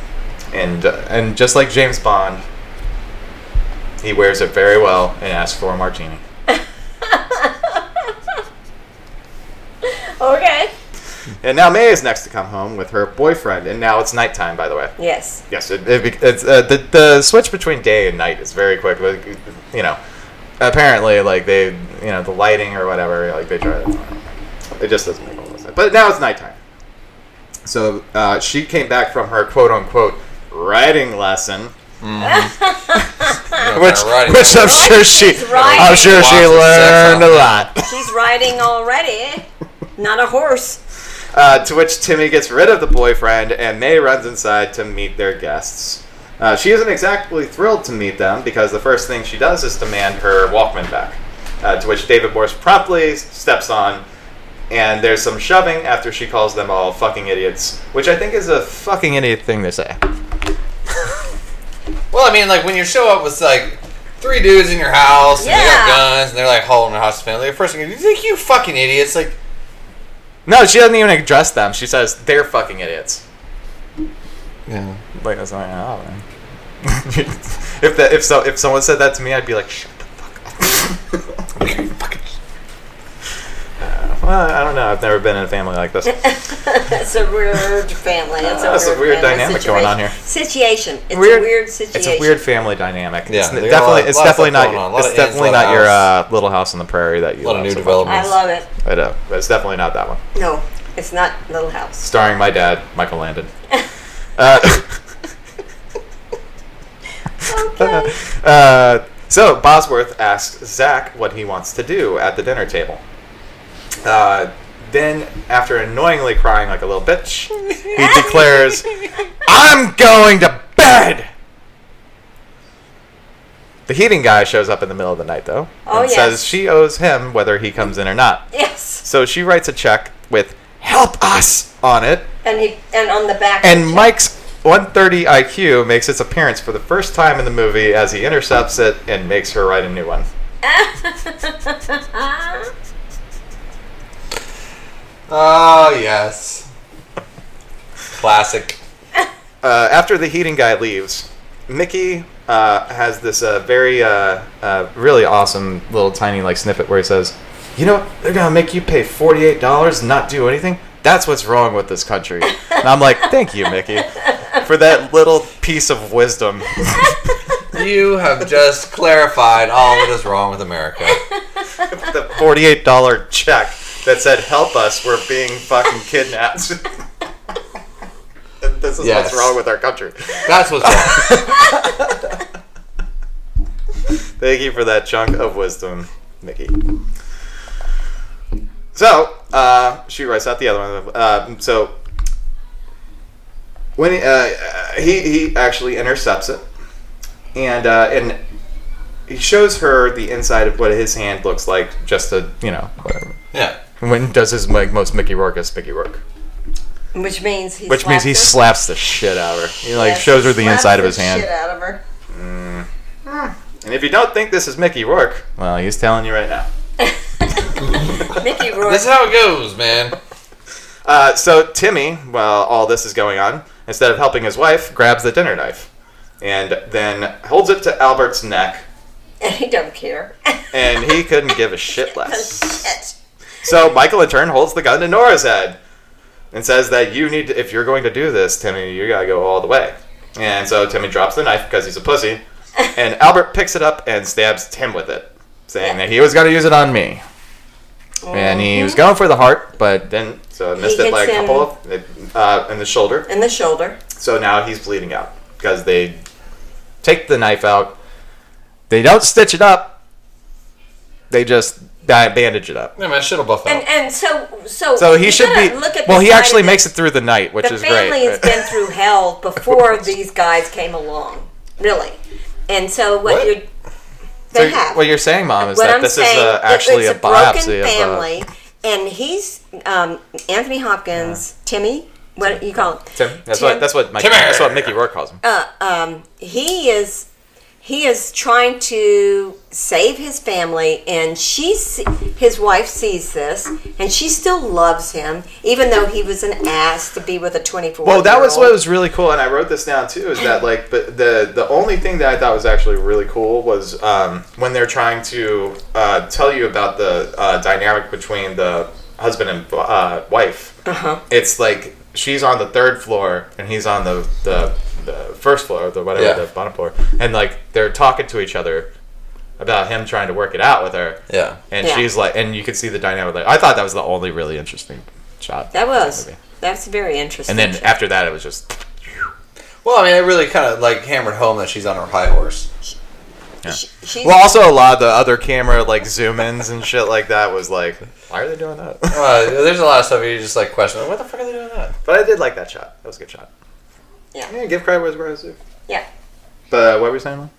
and uh, and just like James Bond, he wears it very well and asks for a martini. Okay. And now May is next to come home with her boyfriend, and now it's nighttime, by the way. Yes. Yes, it, it, bec- it's uh, the the switch between day and night is very quick. Like, you know, apparently, like they, you know, the lighting or whatever, like they try to, it just doesn't make a lot of sense. But now it's nighttime. So uh, she came back from her quote unquote writing lesson, You know, which kinda writing which uh, I'm that. sure she, She's writing. I'm sure she Lots of sex learned a out lot. She's riding already. Not a horse. Uh, to which Timmy gets rid of the boyfriend, and May runs inside to meet their guests. Uh, she isn't exactly thrilled to meet them because the first thing she does is demand her Walkman back. Uh, to which David Morse promptly steps on, and there's some shoving after she calls them all fucking idiots, which I think is a fucking idiot thing to say. well, I mean, like when you show up with like three dudes in your house and they got Yeah. guns and they're like holding a hostage family, the first thing you think you fucking idiots, like No, she doesn't even address them. She says they're fucking idiots. yeah. Like that's not oh, man. if that if so if someone said that to me, I'd be like, shut the fuck up. Uh, well, I don't know. I've never been in a family like this. That's a weird family. That's a That's a weird, weird family dynamic situation. going on here. Situation. It's a weird situation. It's a weird family dynamic. Yeah, it's they got n- a definitely lot- it's lot of stuff definitely not going on. A lot it's of ends, definitely a lot not of your house. uh, Little House on the Prairie that you A lot of love new so much. developments. I love it. I know, but it's definitely not that one. No, it's not Little House. Starring my dad, Michael Landon. uh, Okay. Uh, so Bosworth asks Zach what he wants to do at the dinner table. Uh, then, after annoyingly crying like a little bitch, he declares, "I'm going to bed." The heating guy shows up in the middle of the night, though, Oh, and yes. says she owes him whether he comes in or not. yes. So she writes a check with "Help us" on it, And he and on the back. and Mike's 130 IQ makes its appearance for the first time in the movie as he intercepts it and makes her write a new one. Uh, Oh yes. Classic. Uh, after the heating guy leaves, Mickey uh, has this uh, very, uh, uh, really awesome little tiny like snippet where he says, "You know, what? they're gonna make you pay forty-eight dollars and not do anything. That's what's wrong with this country." and I'm like, "Thank you, Mickey, for that little piece of wisdom." You have just clarified all that is wrong with America. the forty-eight dollar check that said, "Help us, we're being fucking kidnapped." this is Yes. what's wrong with our country. That's what's wrong. Thank you for that chunk of wisdom, Mickey. So uh, she writes out the other one. Uh, so when he, uh, uh, he he actually intercepts it, and uh, and he shows her the inside of what his hand looks like, just to you know whatever. yeah. When does his like most Mickey Rourke is Mickey Rourke? which means he Which means he slapped her. slaps the shit out of her. He like Yes, shows her the slapped inside of the his hand. Shit out of her. And if you don't think this is Mickey Rourke, well, he's telling you right now. Mickey Rourke. This is how it goes, man. Uh, so Timmy, while all this is going on, instead of helping his wife, grabs the dinner knife and then holds it to Albert's neck, he don't care. and he couldn't give a shit less. Shit. So Michael, in turn, holds the gun to Nora's head and says that you need, to, if you're going to do this, Timmy, you gotta go all the way. And so Timmy drops the knife because he's a pussy. And Albert picks it up and stabs Tim with it, saying that he was going to use it on me. And he was going for the heart, but then so it missed He it like a hits couple of uh, in the shoulder. In the shoulder. So now he's bleeding out because they take the knife out. They don't stitch it up. They just uh, bandage it up. Yeah, man, shit'll buff out. And and so so So he you should gotta be. Look at well, the he side actually of makes it through the night, which the is family great. has been through hell before these guys came along, really. And so what, What? you're So they have what you're saying, mom, is what that I'm this saying is uh, that actually it's a biopsy broken family, of. Uh, and he's um, Anthony Hopkins, Timmy. What do you call him? Tim. That's Tim. what that's what Mike, Timmy! that's what Mickey Rourke calls him. he is he is trying to save his family and she se- his wife sees this and she still loves him even though he was an ass to be with a 24 Well, that was what was really cool, and I wrote this down too. Is that like the the, the only thing that I thought was actually really cool was um, when they're trying to uh, tell you about the uh, dynamic between the husband and uh, wife. Uh-huh. It's like she's on the third floor and he's on the the, the first floor, or the whatever Yeah. the bottom floor, and like they're talking to each other about him trying to work it out with her. yeah. And Yeah. she's like, and you could see the dynamic. Like, I thought that was the only really interesting shot. that was Okay. that's very interesting And then after that, it was just. Well, I mean, it really kind of like hammered home that she's on her high horse. She- she's- Well, also a lot of the other camera like zoom ins and shit like that was like, why are they doing that? Uh, there's a lot of stuff you just like question. What the fuck are they doing that? But I did like that shot. That was a good shot. yeah Yeah, give credit where it's due. yeah But what were you saying? Lon?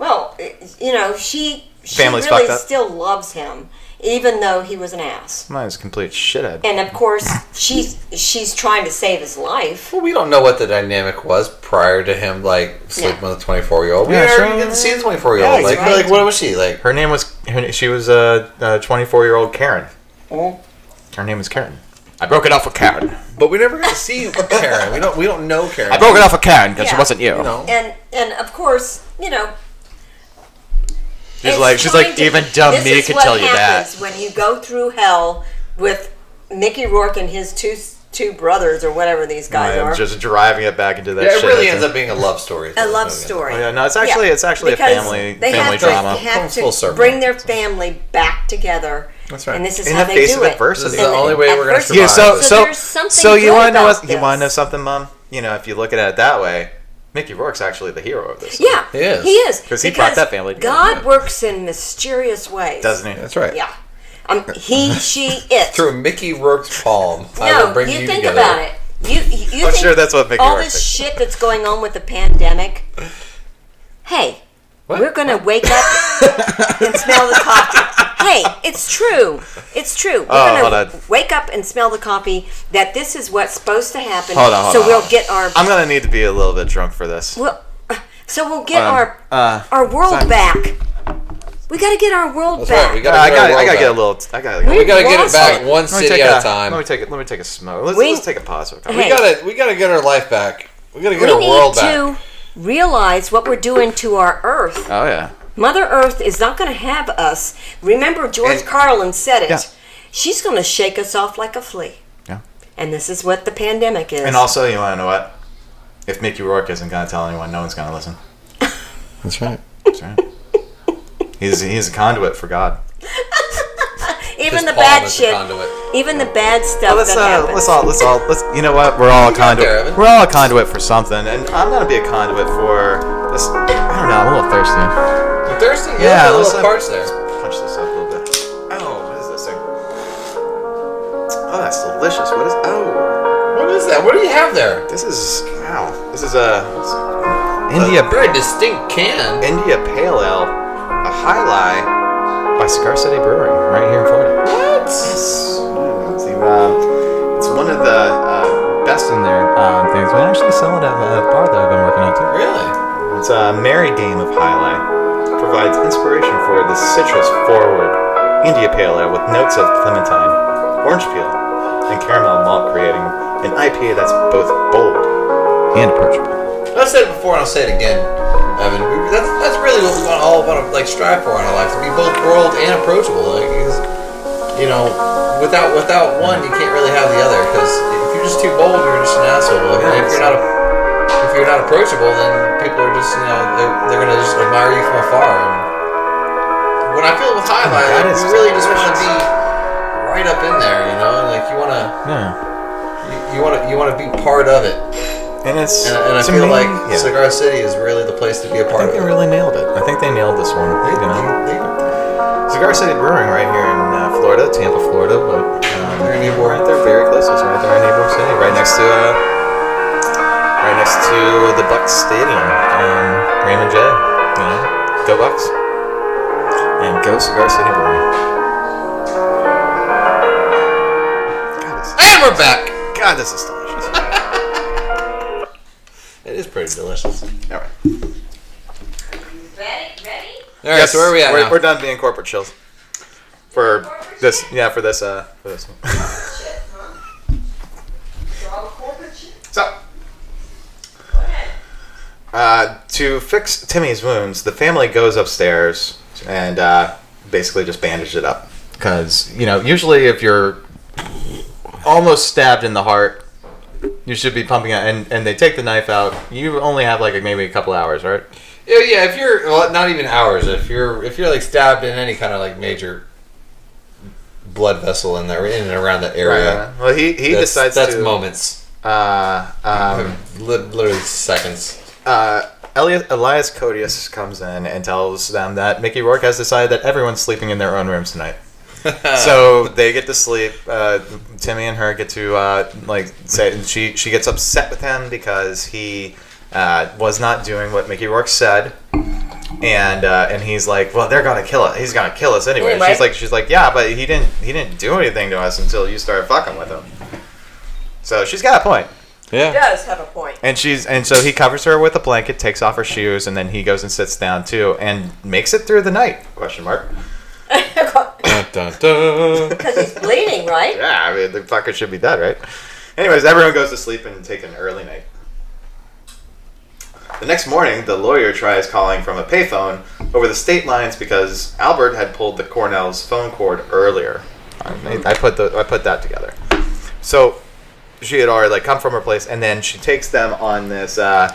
well it- you know she she Family's really fucked up. still loves him even though he was an ass Mine is complete shithead. and of course she's she's trying to save his life Well, we don't know what the dynamic was prior to him like sleeping with a 24 year old. We Yeah, already sure. didn't see the 24 year old. Yeah, Like, right. like, what was she like? Her name was her, she was a twenty four year old Karen. Her name was Karen. Oh. I broke it off with Karen. But we never got to see Karen. We don't. We don't know Karen. I broke it off with Karen because Yeah. she wasn't you. You know. and and of course you know she's It's like she's trying like to- even dumb this me is could what tell you happens that. When you go through hell with Mickey Rourke and his two two brothers or whatever these guys I'm are, just driving it back into that. Yeah, it shit. really It's ends up being a love story. a love story. Oh, yeah, no, it's actually it's actually a because family they family have to, drama. They have Comes full to circle. bring their family back together. That's right. And this is In how the they face do of it. adversity. This is the only way we're gonna Adversity. Yeah, So so so there's something so you good want to know about what, you want to know this. something, mom? You know, if you look at it that way, Mickey Rourke's actually the hero of this. Yeah, He is. He is 'Cause he brought because that family together, God yeah. works in mysterious ways, doesn't he? That's right. Yeah, um, he, she, it. Through Mickey Rourke's palm, I will No, bring you, you, think together. about it. You, you I'm think sure that's what Mickey all Rourke this thinks. shit that's going on with the pandemic. Hey, we're gonna wake up and smell the coffee. Hey, it's true. It's true. We're Oh, hold gonna on. wake up and smell the coffee. That this is what's supposed to happen. Hold on, hold so on, we'll hold on. get our. I'm gonna need to be a little bit drunk for this. we'll, so we'll get Um, our uh, our world sorry. back. We gotta get our world That's back. right. We Uh, gotta. I get our got I world gotta get a back. little. I gotta. We gotta get it lost back it. one Let me city take at a a time. Let me take a, let me take a smoke. Let's, We- let's take a pause. Okay. Hey. We gotta. We gotta get our life back. We gotta get we our need world to back. realize what we're doing to our Earth. Oh yeah. Mother Earth is not going to have us. Remember, George And- Carlin said it. Yeah. She's going to shake us off like a flea. Yeah. And this is what the pandemic is. And also, you want to know what? If Mickey Rourke isn't gonna tell anyone, no one's gonna listen. That's right. That's right. he's he's a conduit for God. even the bad shit, Conduit. even the bad stuff let's that uh, happens. let's all let's all let's you know what we're all a conduit there, Evan. we're all a conduit for something and I'm gonna be a conduit for this I don't know I'm a little thirsty You thirsty? Yeah, Yeah, yeah let's, uh, little parts there. punch this up a little bit oh what is this thing oh that's delicious what is oh What is that? What do you have there? this is wow this is a India Very distinct can. India Pale Ale a High Lie by Cigar City Brewing right here in Florida What? Yes. Yeah, It's, the, um, it's one of the uh, best in their uh, things. We actually sell it at the bar that I've been working at too. Really? It's a merry game of highlight. Provides inspiration for the citrus forward India Pale Ale with notes of clementine, orange peel, and caramel malt, creating an IPA that's both bold and approachable. I've said it before and I'll say it again, Evan. We, that's, that's really what we want all want to like strive for in our life to be both world and approachable. Like, because, you know, without without one, you can't really have the other. Because if you're just too bold, you're just an asshole. If, if you're not a if you're not approachable, then people are just you know they're, they're gonna just admire you from afar. And when I feel with highlight, That like, is you really just want to be right up in there, you know, like you want to Yeah. you want to you want to be part of it. And it's. And, and I it's feel amazing. like Yeah. Cigar City is really the place to be a I part of think they it. really nailed it. I think they nailed this one. They- you know, they- they- Cigar City Brewing right here in uh, Florida, Tampa, Florida, but um, They're in Ybor. right there, very close. It's right there in Ybor City, right next to uh, right next to the Bucks Stadium. Um, Raymond J. You know, go Bucks and go Cigar City Brewing. God, this, And we're back. God, this is delicious. It is pretty delicious. All All right. Ready? Ready? right, so where are we at We're, now? we're done being corporate chills. For this, yeah, for this, uh, for this one. Shit, huh? You're all corporate shit? So. Go ahead. Uh, to fix Timmy's wounds, the family goes upstairs and uh, basically just bandaged it up. Because, you know, usually if you're almost stabbed in the heart, you should be pumping out. And, and they take the knife out. You only have like maybe a couple hours, right? Yeah, yeah. If you're well, not even hours. If you're if you're like stabbed in any kind of like major blood vessel in there, in and around that area, Uh, well, he, he that's, decides that's to. moments, Uh, um, Li- literally seconds. uh, Elias, Elias Codius comes in and tells them that Mickey Rourke has decided that everyone's sleeping in their own rooms tonight. so they get to sleep. Uh, Timmy and her get to uh, like say and she she gets upset with him because he uh, was not doing what Mickey Rourke said, and uh, and he's like, well, they're gonna kill us. He's gonna kill us anyway. Anyway. She's like, she's like, yeah, but he didn't he didn't do anything to us until you started fucking with him. So she's got a point. He does have a point. And she's and so he covers her with a blanket, takes off her shoes, and then he goes and sits down too, and makes it through the night? Question mark. Because dun, dun, dun. he's bleeding, right? Yeah, I mean the fucker should be dead, right? Anyways, everyone goes to sleep and take an early night. The next morning, the lawyer tries calling from a payphone over the state lines because Albert had pulled the Cornell's phone cord earlier. I, made- I put the I put that together. So she had already like come from her place, and then she takes them on this. Uh,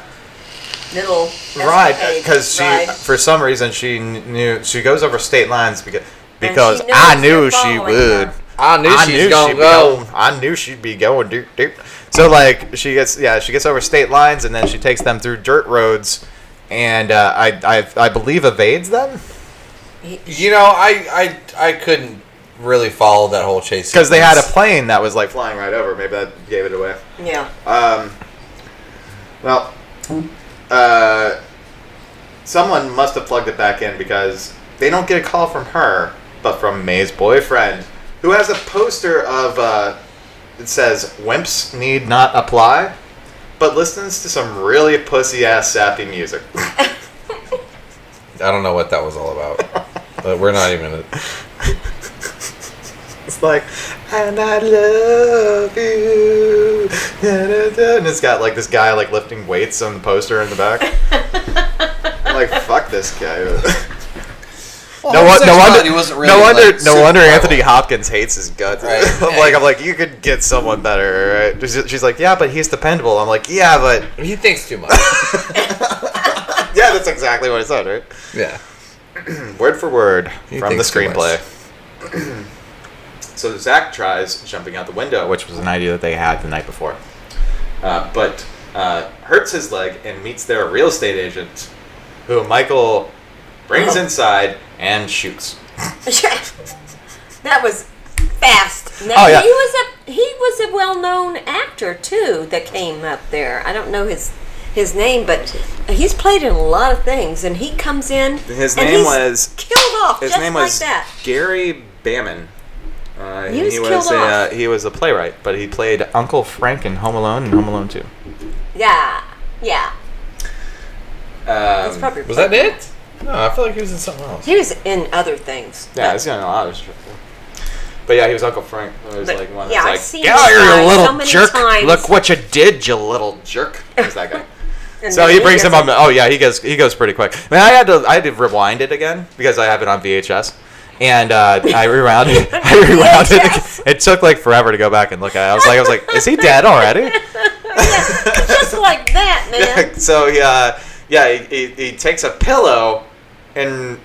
Little Right, escapade because she, ride. for some reason, she kn- knew she goes over state lines because And she because knows I they're knew she following would. her. I knew I she's knew gonna she'd be go. going. I knew she'd be going. Doop, doop. So like she gets yeah she gets over state lines and then she takes them through dirt roads, and uh, I, I I believe evades them You know, I I I couldn't really follow that whole chase because they had a sequence. plane that was like flying right over. Maybe that gave it away. Yeah. Um, well, uh, someone must have plugged it back in because they don't get a call from her, but from May's boyfriend, who has a poster of uh, it says "Wimps need not apply," but listens to some really pussy ass sappy music. I don't know what that was all about, but we're not even. it's like, and I love you. da-da-da," And it's got like this guy like lifting weights on the poster in the back. I'm like, fuck this guy. no, won- no wonder, no wonder, no wonder Anthony Hopkins hates his guts. Right. I'm like, I'm like, you could get someone better. Right? She's she's like, yeah, but he's dependable. I'm like, yeah, but He thinks too much. yeah, that's exactly what I said, right? yeah. Word for word He from the thinks too screenplay. so Zach tries jumping out the window, which was an idea that they had the night before, uh, but uh, hurts his leg and meets their real estate agent, who Michael brings inside and shoots. that was fast. Now, Oh, yeah. He was a he was a well known actor too that came up there. I don't know his his name, but he's played in a lot of things, and he comes in. His and name he's was- killed off His just name like was that. Gary Bamman. Uh, He was he killed was a, off. uh, he was a playwright, but he played Uncle Frank in Home Alone and Home Alone Two. Yeah, yeah. He's Um, probably Was that it? No, I feel like he was in something else. He was in other things. yeah, but- he's done a lot of stuff. But yeah, he was Uncle Frank. It was But- like one yeah, that's I've like, seen "Get this out here, guy you so little many jerk! times." Look what you did, you little jerk!" It was that guy. and So then he brings him gets on. The, oh yeah, he goes. He goes pretty quick. I mean, I had to. I had to rewind it again because I have it on VHS, and uh, I rewound it. I rewound it. VHS. Again. It took like forever to go back and look at. it. I was like, I was like, is he dead already? Yeah, just like that, man. so he, uh, yeah, he, he, he takes a pillow and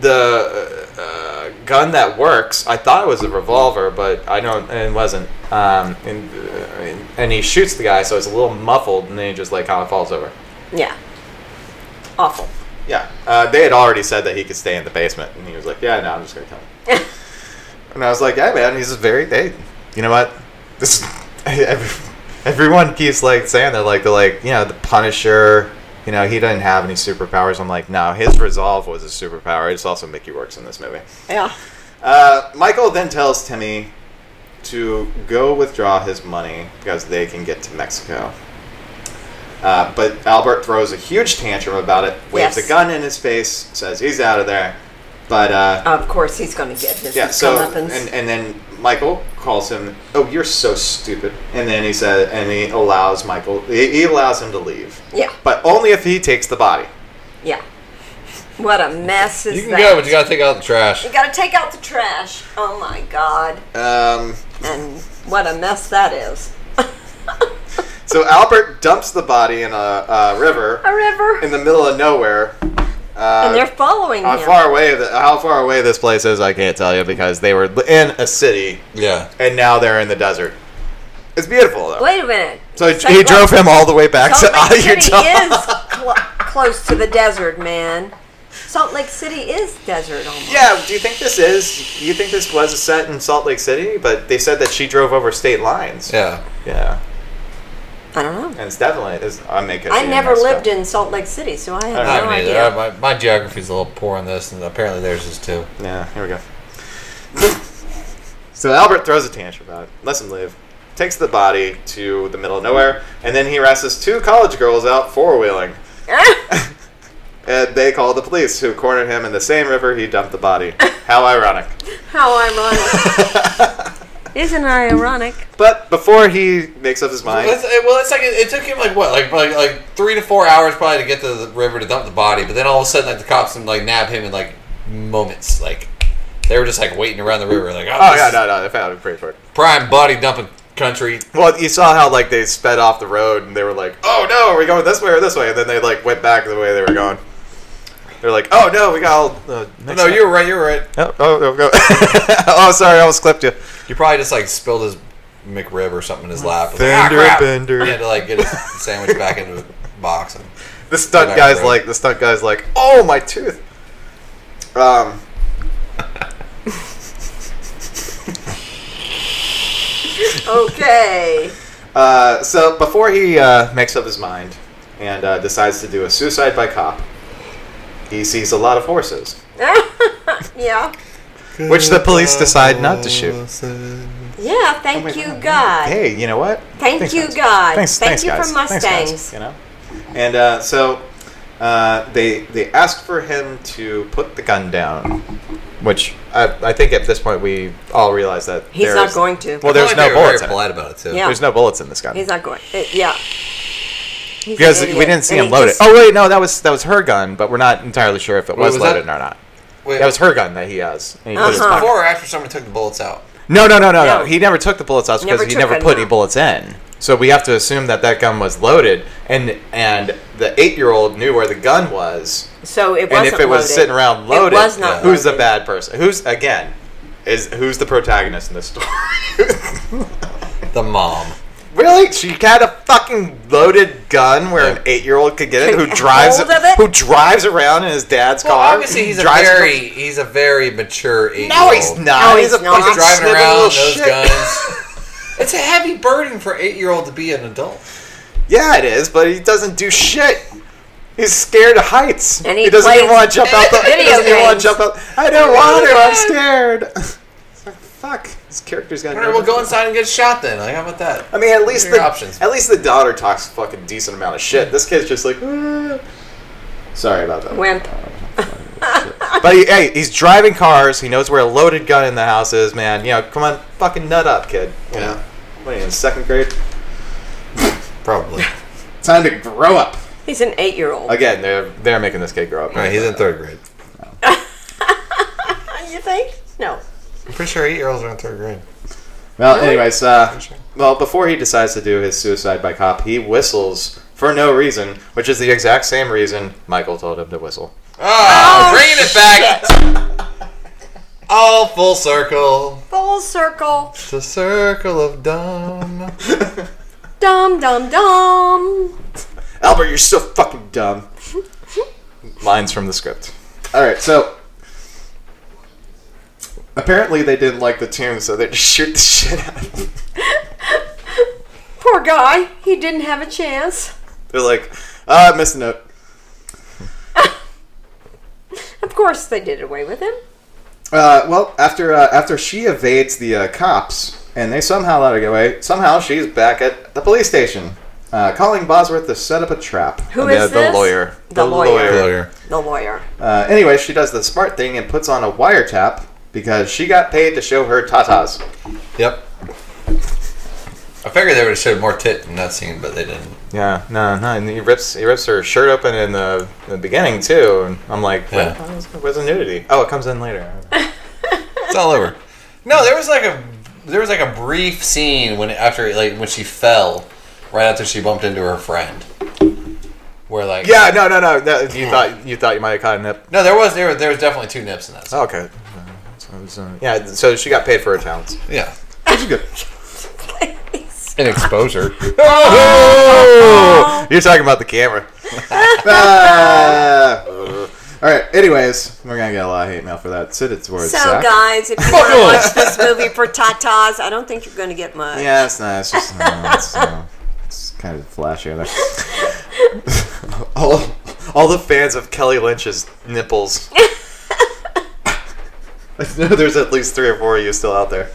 the uh, gun that works. I thought it was a revolver, but I know it wasn't. Um, and, uh, and he shoots the guy, so it's a little muffled, and then he just like kind of falls over. Yeah. Awful. Yeah, uh, they had already said that he could stay in the basement, and he was like, "Yeah, no, I'm just gonna kill him." and I was like, "Yeah, man, he's just very they." You know what? This every, everyone keeps like saying they're like they're like you know the Punisher. You know he didn't have any superpowers. I'm like, no, his resolve was his superpower. It's also Mickey works in this movie. Yeah. Uh, Michael then tells Timmy to go withdraw his money because they can get to Mexico. Uh, but Albert throws a huge tantrum about it, waves Yes. a gun in his face, says he's out of there. But uh, Of course, he's going to get his yeah, so comeuppance. and, and then Michael calls him, "Oh, you're so stupid," and then he said, and he allows Michael, he, he allows him to leave, yeah. but only if he takes the body. Yeah. What a mess is You can that? go, but you gotta take out the trash. You gotta take out the trash. Oh my god. Um, And what a mess that is. so Albert dumps the body in a, a river A river. in the middle of nowhere. Uh, and they're following How him. far away? The, how far away this place is, I can't tell you because they were li- in a city Yeah. and now they're in the desert. It's beautiful though. Wait a minute. So he, So he look, drove him all the way back to Salt Lake City Utah. is cl- close to the desert, man. Salt Lake City is desert almost. Yeah. Do you think this is? You think this was a set in Salt Lake City? But they said that she drove over state lines. Yeah. Yeah. I don't know. And it's definitely. It's, I make I never lived in Salt Lake City, so I I I have no haven't either. I- idea. My, my geography's a little poor on this, and apparently theirs is too. Yeah. Here we go. so Albert throws a tantrum about it. Listen, live. Takes the body to the middle of nowhere, and then he harasses two college girls out four wheeling. And they call the police, who cornered him in the same river he dumped the body. How ironic. How ironic. Isn't I ironic? But before he makes up his It's, mind, it- uh, well, it's like it, it took him like what, like, like like three to four hours probably to get to the river to dump the body, but then all of a sudden like the cops and like nab him in like moments, like they were just like waiting around the river, like oh, oh this yeah, is no, no, they found him pretty short. prime body dumping country. Well, you saw how like they sped off the road, and they were like, "Oh no, are we going this way or this way?" And then they like went back the way they were going. They're like, "Oh no, we got all." Uh, mixed no, up." you were right. You were right. Oh, oh, oh, go- oh, sorry, I almost clipped you. You probably just like spilled his McRib or something in his lap. It was Like, Fender crap." bender. He had to like get his sandwich back into the box. And, The stunt Go back guy's to it. like, the stunt guy's like, oh my tooth. Um. Okay. Uh, so before he uh, makes up his mind and uh, decides to do a suicide by cop, he sees a lot of horses, yeah. which the police decide not to shoot. Yeah, Oh, thank you, God. Hey, you know what? Thank Thanks, you, guys. God. Thanks, Thank thanks, you guys. for Thanks, guys, Mustangs. you know, and uh, so uh, they they asked for him to put the gun down, which I, I think at this point we all realize that He's there not is- going to. Well, there's Probably very- very no bullets. In it. polite about it too. Yeah. There's no bullets in this gun. He's not going. uh, yeah. He's an because we idiot. didn't see And him he load just- it. Oh wait, no, that was that was her gun, but we're not entirely sure if it was, was that- loaded or not. Wait, That was her gun that he has. and he put in his Uh-huh. pocket. before or after someone took the bullets out. No, no, no, no, No. no. He never took the bullets out because Never he took never them put any out. bullets in. So we have to assume that that gun was loaded, and and the eight year old knew where the gun was, So it wasn't and if it was loaded. sitting around loaded, it was not. who's the loaded. bad person? Who's again? Is who's the protagonist in this story? The mom. really? She had a fucking loaded gun where an eight year old could get it. Could Who get drives hold of it? Who drives around in his dad's Well, car? obviously he's a drives very he's a very mature eight. No, he's not. No, he's, he's a not. fucking driving snipping around little those shit. guns. it's a heavy burden for eight year old to be an adult. Yeah, it is, but he doesn't do shit. He's scared of heights. And he, he doesn't even plays want to jump out the. He video doesn't even want games. to jump out. I don't want to. I'm scared. It's like, Fuck. This character's got. All right, we'll go inside and get shot then. Like, how about that? I mean, at least What are the your options? at least the daughter talks fucking decent amount of shit. This kid's just like. "Ah." Sorry about that. Wimp. But he, hey, he's driving cars. He knows where a loaded gun in the house is, man. You know, come on, fucking nut up, kid. You know, what are you in second grade? Probably. Time to grow up. He's an eight-year-old. Again, they're they're making this kid grow up. All right, he's in third grade. You think? No. I'm pretty sure eight year olds are in third grade. Well, anyways, uh, well, before he decides to do his suicide by cop, he whistles for no reason, which is the exact same reason Michael told him to whistle. Oh, bringing it back. All full circle. Full circle. It's a circle of dumb. Dum, dum, dum. Albert, you're so fucking dumb. Lines from the script. All right, so apparently they didn't like the tune, so they just shoot the shit out. of him. Poor guy. He didn't have a chance. They're like, "Ah, I missed a note." Of course, they did away with him. Uh, well, after uh, after she evades the uh, cops and they somehow let her get away, somehow she's back at the police station, uh, calling Bosworth to set up a trap. Who Who is is this? The lawyer. The lawyer. Failure. The lawyer. Uh, anyway, she does the smart thing and puts on a wiretap because she got paid to show her tatas. Yep. I figured they would have showed more tit in that scene, but they didn't. Yeah, no, no, and he rips he rips her shirt open in the, the beginning too, and I'm like, Yeah. where's, where's the nudity? Oh, it comes in later. It's all over. No, there was like a there was like a brief scene when after like when she fell right after she bumped into her friend, where like yeah, no, no, no, no. You thought you thought you might have caught a nip. no there was there were- there was definitely two nips in that. Scene. Oh, okay. Uh, so it was, uh, yeah, so she got paid for her talents. Yeah, Which is good. an exposure. Oh! You're talking about the camera. Ah. all right. Anyways, we're gonna get a lot of hate mail for that. Sit its words. So, Zach. guys, if Oh, you want to watch this movie for tatas, I don't think you're going to get much. Yeah, it's not. It's just. no, it's, no, it's kind of flashier there. all, all the fans of Kelly Lynch's nipples. I know there's at least three or four of you still out there.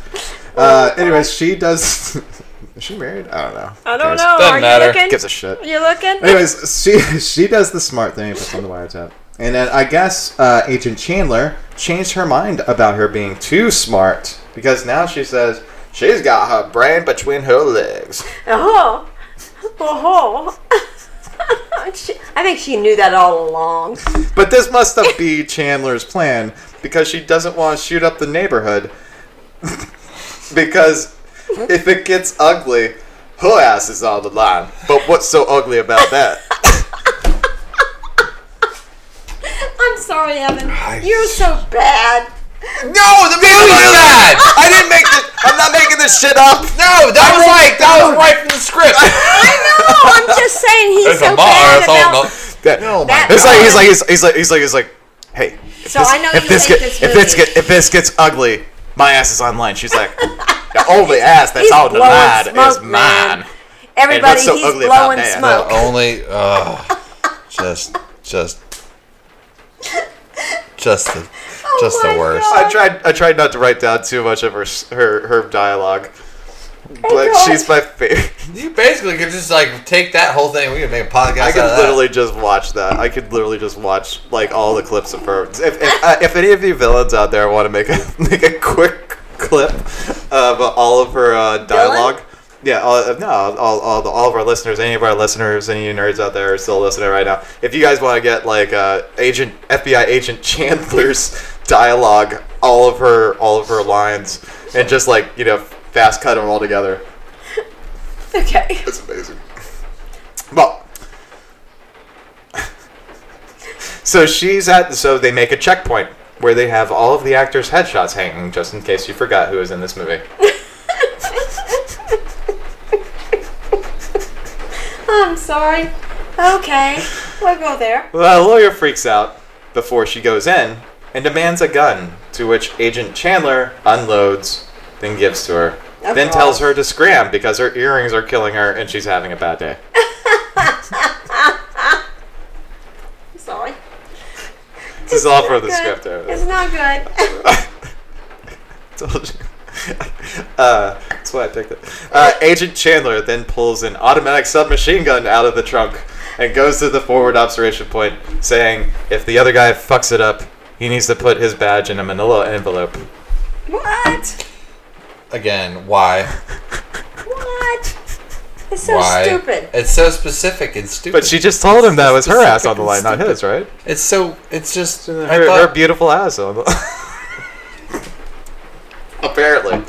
Uh, anyways, she does. Is she married? I don't know. I Who don't cares? know. Doesn't Are matter. you looking? Gives a shit. you looking? Anyways, she she does the smart thing and puts on the wiretap. And then I guess uh, Agent Chandler changed her mind about her being too smart because now she says she's got her brain between her legs. Oh, oh. She- I think she knew that all along. But this must have be Chandler's plan because she doesn't want to shoot up the neighborhood because if it gets ugly, her ass is on the line. But what's so ugly about that? I'm sorry, Evan. You're so bad. no, the movie's bad. I didn't make this. I'm not making this shit up. No, that was like that was right from the script. No, I'm just saying he's so bad about. That- That- It's like he's like he's, he's like he's like he's like, hey. If So I know you get- hate this if this movie. get, if this gets ugly, my ass is online. She's like, the only ass that's He's out the blowing line is smoke, mine. man. Everybody, what's so he's ugly about blowing that? The smoke. only uh, just just just the just Oh my the worst. God. I tried I tried not to write down too much of her s- her her dialogue, but Oh, God. she's my favorite. You basically could just like take that whole thing. We could make a podcast. I out of could that. literally just watch that. I could literally just watch like all the clips of her. If if, uh, if any of you villains out there want to make a make a quick clip of all of her uh, dialogue, yeah, all, uh, no, all, all, the- all of our listeners, any of our listeners, any of you nerds out there are still listening right now. If you guys want to get like uh, agent FBI agent Chandler's dialogue, all of her all of her lines, and just like you know fast cut them all together, Oh. Okay. it's amazing. Well, so she's at. So they make a checkpoint where they have all of the actors' headshots hanging, just in case you forgot who was in this movie. I'm sorry. Okay, we'll go there. The lawyer freaks out before she goes in and demands a gun, to which Agent Chandler unloads, then gives to her. Then course. tells her to scram because her earrings are killing her and she's having a bad day. I'm sorry. This is all for the Good. script. over there. It's not good. Told you. uh, that's why I picked it. Uh, Agent Chandler then pulls an automatic submachine gun out of the trunk and goes to the forward observation point, saying, "If the other guy fucks it up, he needs to put his badge in a Manila envelope." What? again. Why? What? It's so why? stupid. It's so specific and stupid. But she just told him that was her ass on the line, not his, right? It's so. It's just. I Her, her thought, beautiful ass on the. Apparently.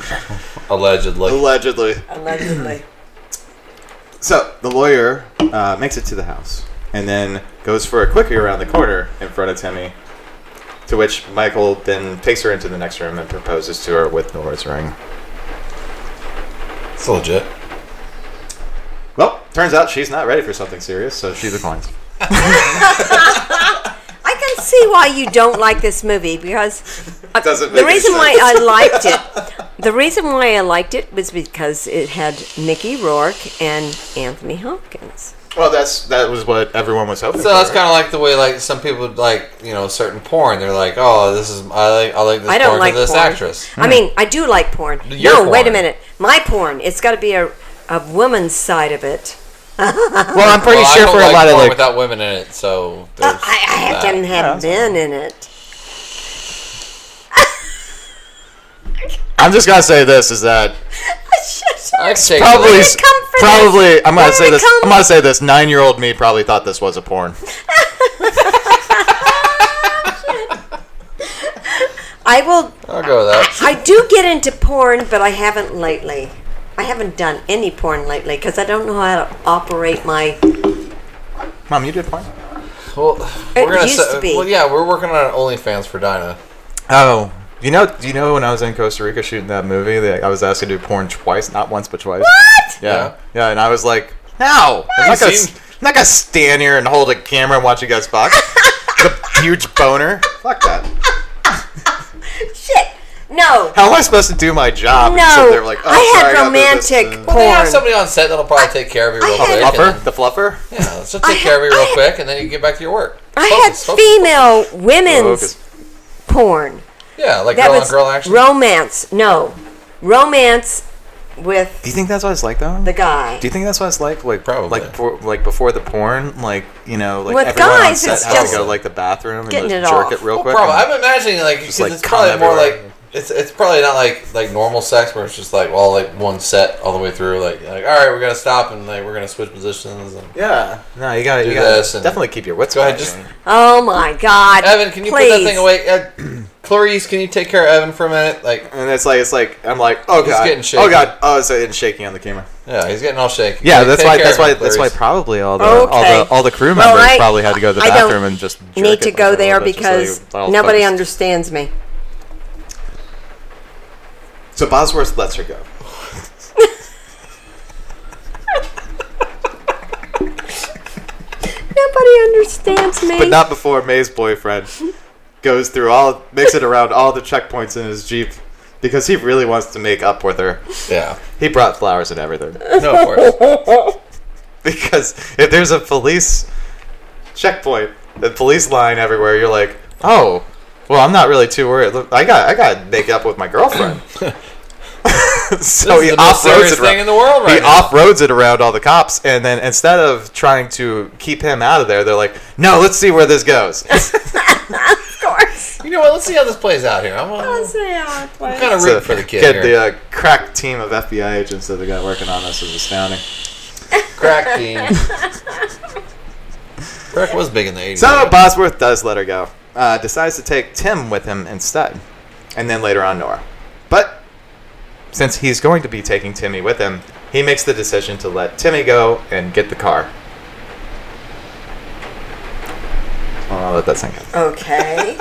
Allegedly. Allegedly. allegedly. So the lawyer uh, makes it to the house and then goes for a quickie around the corner in front of Timmy. To which Michael then takes her into the next room and proposes to her with Nora's ring. It's legit. Well, turns out she's not ready for something serious, so she declines. I can see why you don't like this movie because uh, Doesn't the make any reason why sense. I liked it, the reason why I liked it was because it had Mickey Rourke and Anthony Hopkins. Well, that's that was what everyone was hoping. So that's kind of like the way like some people would like you know certain porn. They're like, oh, this is I like I like this I don't porn like for this porn. actress. Hmm. I mean, I do like porn. Your no, wait a porn. minute, my porn. It's got to be a a woman's side of it. Well, I'm pretty Well, I sure don't for like a lot of porn like without women in it. So Uh, there's I, I have to have men in it. I'm just gonna say this is that I can take probably it. s- come for probably I'm Where gonna did say it this come- I'm gonna say this nine year old me probably thought this was a porn. I will. I'll go with that. I do get into porn, but I haven't lately. I haven't done any porn lately because I don't know how to operate my. Mom, you did porn. Well, It we're gonna used se- to be. well, yeah, we're working on OnlyFans for Dinah. Oh, you know, do you know when I was in Costa Rica shooting that movie, that I was asked to do porn twice, not once but twice. What? Yeah, yeah, and I was like, no, I'm not, gonna, seen- I'm not gonna stand here and hold a camera and watch you guys fuck. the huge boner. Fuck that. Shit! No. How am I supposed to do my job? and sit No, there like, oh, I had sorry, gotta do this, romantic uh, Well, they have Porn. somebody on set that'll probably take care of you real I quick. and had- fluffer, the fluffer. then- Yeah, so take I care of you had- real I quick, and then you can get back to your work. I had Focus, focus. female women's Focus. porn. Yeah, like That girl on was girl action. romance. No, romance with Do you think that's what it's like though? the guy. Do you think that's what it's like? Like Probably. like for, like before the porn, like you know, like With everyone on guys, set it's has just to go to, like the bathroom and getting just it jerk off. it real Well, quick. probably. I'm imagining like because like, it's probably cum more like everywhere. it's it's probably not like like normal sex where it's just like well like one set all the way through like like all right we're gonna stop and like we're gonna switch positions. And... yeah. No, you gotta, Do you gotta this and- definitely keep your wits. Go ahead, about just- you. Oh my God! Evan, can you please. put that thing away? Uh, Clarice, can you take care of Evan for a minute? Like and it's like it's like I'm like oh He's god, getting shaky. oh god, oh it's getting shaky on the camera. yeah, he's getting all shaky. Yeah, Like, that's take why care that's of why him, that's why Clarice. probably all the all Okay. the all the crew Well, members I- probably had to go to the I don't bathroom and just jerk Need it to for go a there little bit just so because you're all nobody focused. understands me. So Bosworth lets her go. Nobody understands me. but not before May's boyfriend goes through all makes it around all the checkpoints in his jeep because he really wants to make up with her. Yeah, He brought flowers and everything no, of course. because if there's a police checkpoint, the police line everywhere, you're like, oh, well, I'm not really too worried. Look, I got I got to make up with my girlfriend. so This Oh, he is the off most roads serious it thing in around. the world He right now. off roads it around all the cops, and then instead of trying to keep him out of there, they're like, "No, let's see where this goes." of course. You know what? Let's see how this plays out here. I'm, I'm kind of rooting for the kid. Kid, here. the uh, crack team of FBI agents that they got working on this is astounding. Crack team. Crack was big in the 80s. So Bosworth does let her go, uh, decides to take Tim with him instead, and then later on Nora. But since he's going to be taking Timmy with him, he makes the decision to let Timmy go and get the car. Well, I'll let that sink in. Okay.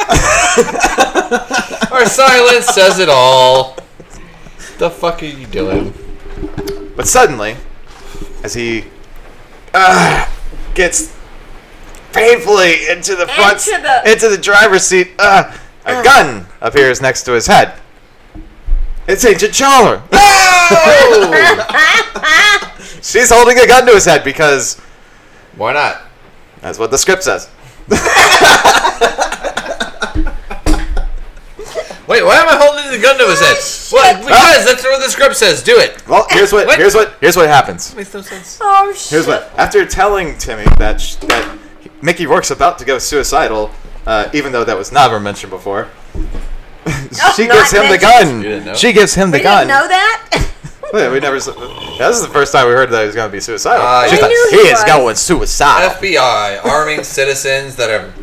Our silence says it all. The fuck are you doing? But suddenly, as he uh, gets painfully into the front, Into the- into the driver's seat, uh, a gun appears next to his head. It's Agent Chandler. She's holding a gun to his head because Why not? that's what the script says. Wait, why am I holding the gun to his head? What? Because that's what the script says. Do it. Well, here's what, What? here's what here's what happens. Makes no sense. oh shit! Here's what. After telling Timmy that sh- that Mickey Rourke's about to go suicidal, uh, even though that was never mentioned before, she Oh, not gives him the mentioned. gun. You didn't know? She gives him the We gun. didn't know that. Yeah, we never. s- This is the first time we heard that he was going to be suicidal. Ah, She's yeah. like, I knew he he is was." going suicidal. FBI arming citizens that have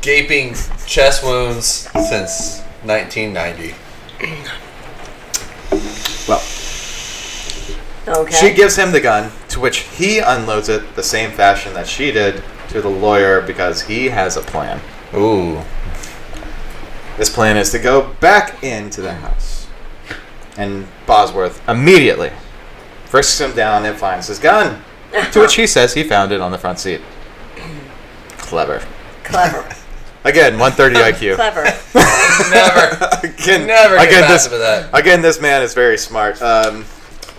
gaping chest wounds since 1990. Well, Okay. She gives him the gun, to which he unloads it the same fashion that she did to the lawyer because he has a plan. Ooh. This plan is to go back into the house. And Bosworth immediately frisks him down and finds his gun, to which he says he found it on the front seat. Clever. Clever. Again, 130 IQ. Clever. Never. Again, Never get again, this this, with that. again, this man is very smart. Um,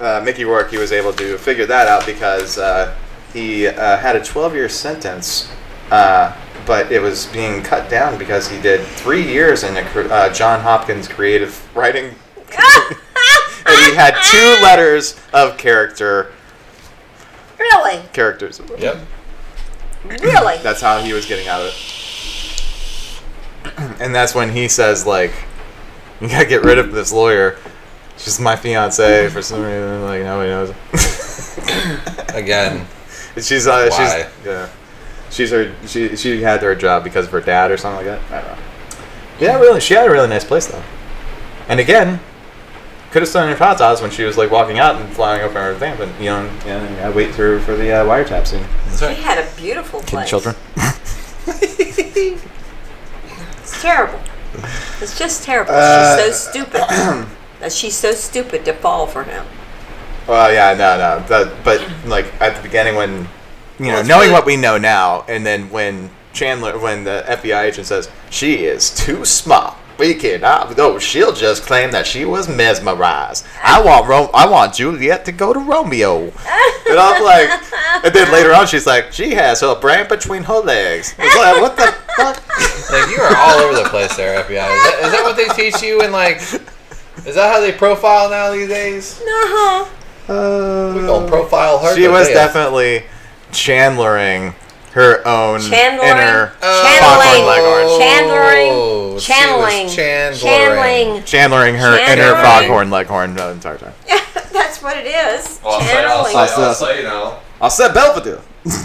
uh, Mickey Rourke, he was able to figure that out because uh, he uh, had a 12 year sentence, uh, but it was being cut down because he did three years in a, cr- uh, John Hopkins creative writing. and he had two letters of character really? characters. Yep. Really? That's how he was getting out of it. And that's when he says, like, you gotta get rid of this lawyer. She's my fiance for some reason. Like, nobody knows. Again. she's, uh, Why? she's, yeah. She's her, she, she had her job because of her dad or something like that. I don't know. Yeah, really. She had a really nice place, though. And again, could have stolen her hot sauce when she was, like, walking out and flying over her thing, but, you know, yeah, I wait through for the uh, wiretap scene. That's She right. had a beautiful place. Children. It's terrible. It's just terrible. she's so stupid. that she's so stupid to fall for him. Well, yeah, no, no, but, but like at the beginning when you know, it's knowing really- what we know now, and then when Chandler, when the FBI agent says she is too smart, we cannot. No, she'll just claim that she was mesmerized. I want Ro- I want Juliet to go to Romeo, and I'm like, and then later on she's like, she has her brain between her legs. It's like, what the fuck? Like you are all over the place there, FBI. Is that, is that what they teach you in like? Is that how they profile now these days? Uh huh. We don't profile her. she but was they- definitely Chandlering her own Chandlering. inner Channeling. Foghorn Leghorn. Channeling. Oh, she was Channeling. Chandlering. Chandlering her Chandlering. inner foghorn leghorn the entire time. That's what it is. Well, I'll say, I'll Channeling. say, I'll say, you know. I'll set Belvedere.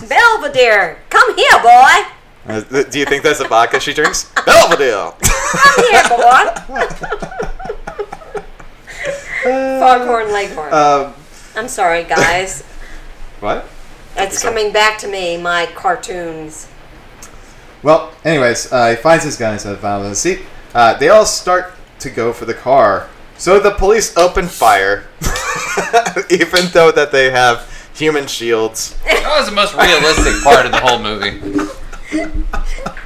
Belvedere, come here, boy. Uh, th- Do you think that's the vodka she drinks? Belvedere. Come here, boy. Foghorn Leghorn. Um, I'm sorry, guys. what? That's coming back to me, my cartoons. Well, anyways, uh, he finds his gun instead of found in the seat. Uh, they all start to go for the car. So the police open fire, even though that they have human shields. That was the most realistic part of the whole movie.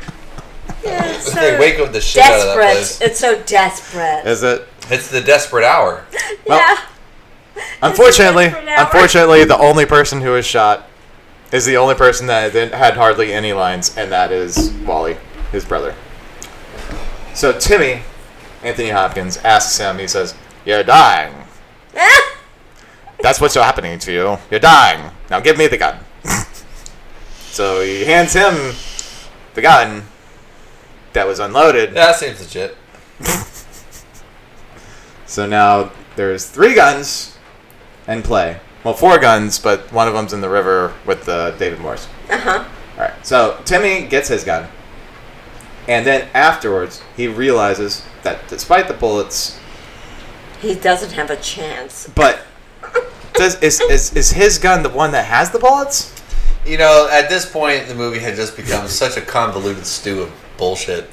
Yeah, it's They so wake up the shit out of that desperate. place. It's so desperate. Is it? It's the desperate hour. Well, yeah. Unfortunately, It's a different hour. unfortunately, the only person who was shot is the only person that didn't, had hardly any lines, and that is Wally, his brother. So Timmy, Anthony Hopkins, asks him. He says, "You're dying. Ah, That's what's happening to you. You're dying. Now give me the gun." so he hands him the gun that was unloaded. Yeah, that seems legit. So now there's three guns and play. Well, four guns, but one of them's in the river with uh, David Morse. Uh huh. All right. So Timmy gets his gun, and then afterwards he realizes that despite the bullets, he doesn't have a chance. but does is, is is his gun the one that has the bullets? You know, at this point, the movie had just become such a convoluted stew of bullshit.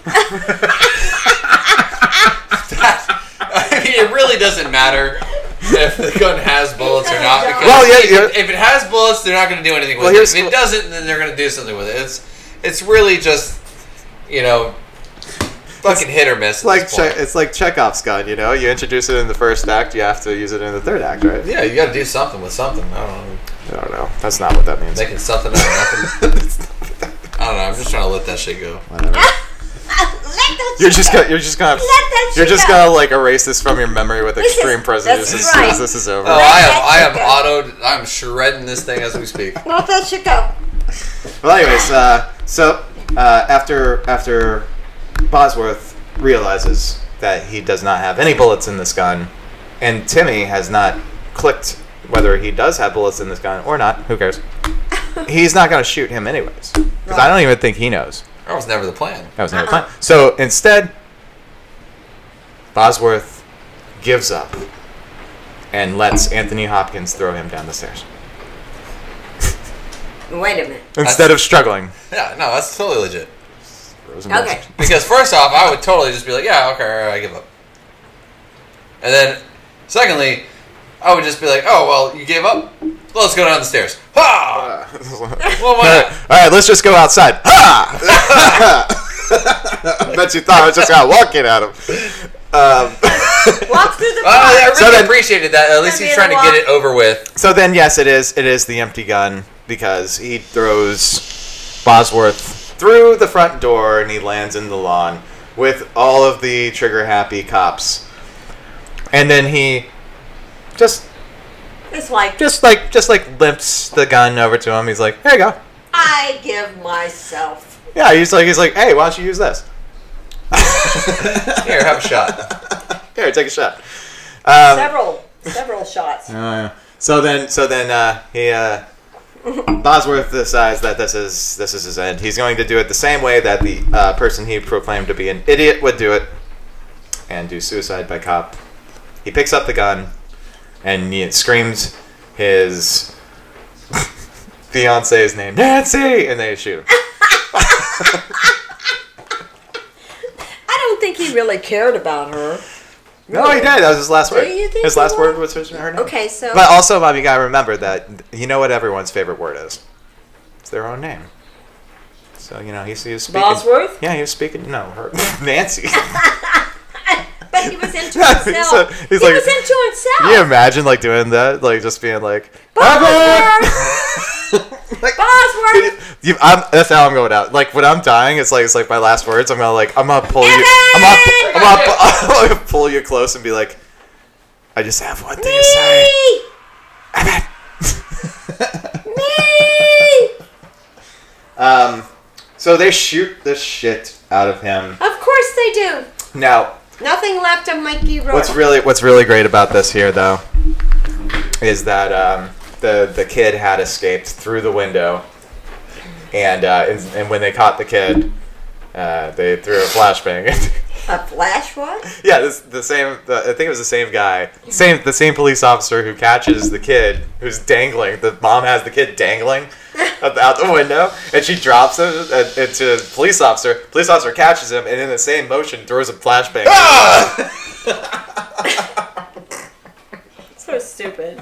I mean, it really doesn't matter if the gun has bullets or not. Because Well, yeah, if, it- yeah. if it has bullets, they're not going to do anything with Well, it. here's- If it doesn't, then they're going to do something with it. It's it's really just you know fucking hit or miss. It's at like this point. che- it's like Chekhov's gun. You know, you introduce it in the first act, you have to use it in the third act, right? yeah, you got to do something with something. I don't know, I don't know. That's not what that means. making something out of nothing. I don't know. I'm just trying to let that shit go. Whatever. Ah, Let that You're shit just go. gonna, you're just gonna, that you're shit just go. gonna like erase this from your memory with This is- extreme prejudice that's as soon right. as this is over. Oh, I am. that I am chicken. autoed. I'm shredding this thing as we speak. Let that shit go. Well, anyways, uh, so uh, after after Bosworth realizes that he does not have any bullets in this gun, and Timmy has not clicked whether he does have bullets in this gun or not. Who cares? He's not gonna shoot him anyways because I don't even think he knows. That was never the plan. That was never the plan. So instead, Bosworth gives up and lets Anthony Hopkins throw him down the stairs Wait a minute. instead of struggling. Yeah, no, that's totally legit. Throws him down the Okay. stairs. Because first off, I would totally just be like, yeah, okay, all right, I give up. And then, secondly, I would just be like, oh well, you gave up. Well, let's go down the stairs. Ha! Well, All why right, not? Uh, all right, let's just go outside. Ha! I bet you thought I was just out walking at him. Um, Walk through the Oh, yeah, I park. really So then- appreciated that. At least he's trying to get it over with. so then, yes, it is. It is the empty gun because he throws Bosworth through the front door and he lands in the lawn with all of the trigger happy cops. And then he just, It's like just like, just like lifts the gun over to him. He's like, "Here you go." I give myself. Yeah, he's like, he's like, "Hey, why don't you use this?" Here, have a shot. Here, take a shot. Several, several shots. Uh, So then, so then uh, he uh, Bosworth decides that this is this is his end. He's going to do it the same way that the uh, person he proclaimed to be an idiot would do it, and do suicide by cop. He picks up the gun, and he screams his fiance's name, Nancy, and they shoot him. I don't think he really cared about her. No, Oh, he did. That was his last word. Do you think his he last will? word was his- her name. Okay, so But also, Mom, you gotta remember that you know what everyone's favorite word is. It's their own name. So you know he's, he was speaking. Bosworth? Yeah, he was speaking. No, her, Nancy. but he was into Yeah, he's himself. a- he's he like- was into Can you himself. imagine like doing that? Like just being like, Bosworth. Bosworth. You, I'm, that's how I'm going out. Like when I'm dying, it's like it's like my last words. I'm gonna like I'm gonna pull you. I'm gonna, I'm gonna, I'm gonna pull you close and be like, I just have one thing to say. Me. Me. Um, So they shoot the shit out of him. Of course they do. Now Nothing left of Mikey Rourke. What's really what's really great about this here though is that um, the the kid had escaped through the window, and uh, and, and when they caught the kid, uh, they threw a flashbang. a flash what? yeah, this, the same. The, I think it was the same guy, same the same police officer who catches the kid who's dangling. The mom has the kid dangling out the, out the window, and she drops him uh, into the police officer. Police officer catches him, and in the same motion throws a flashbang. Ah! So stupid.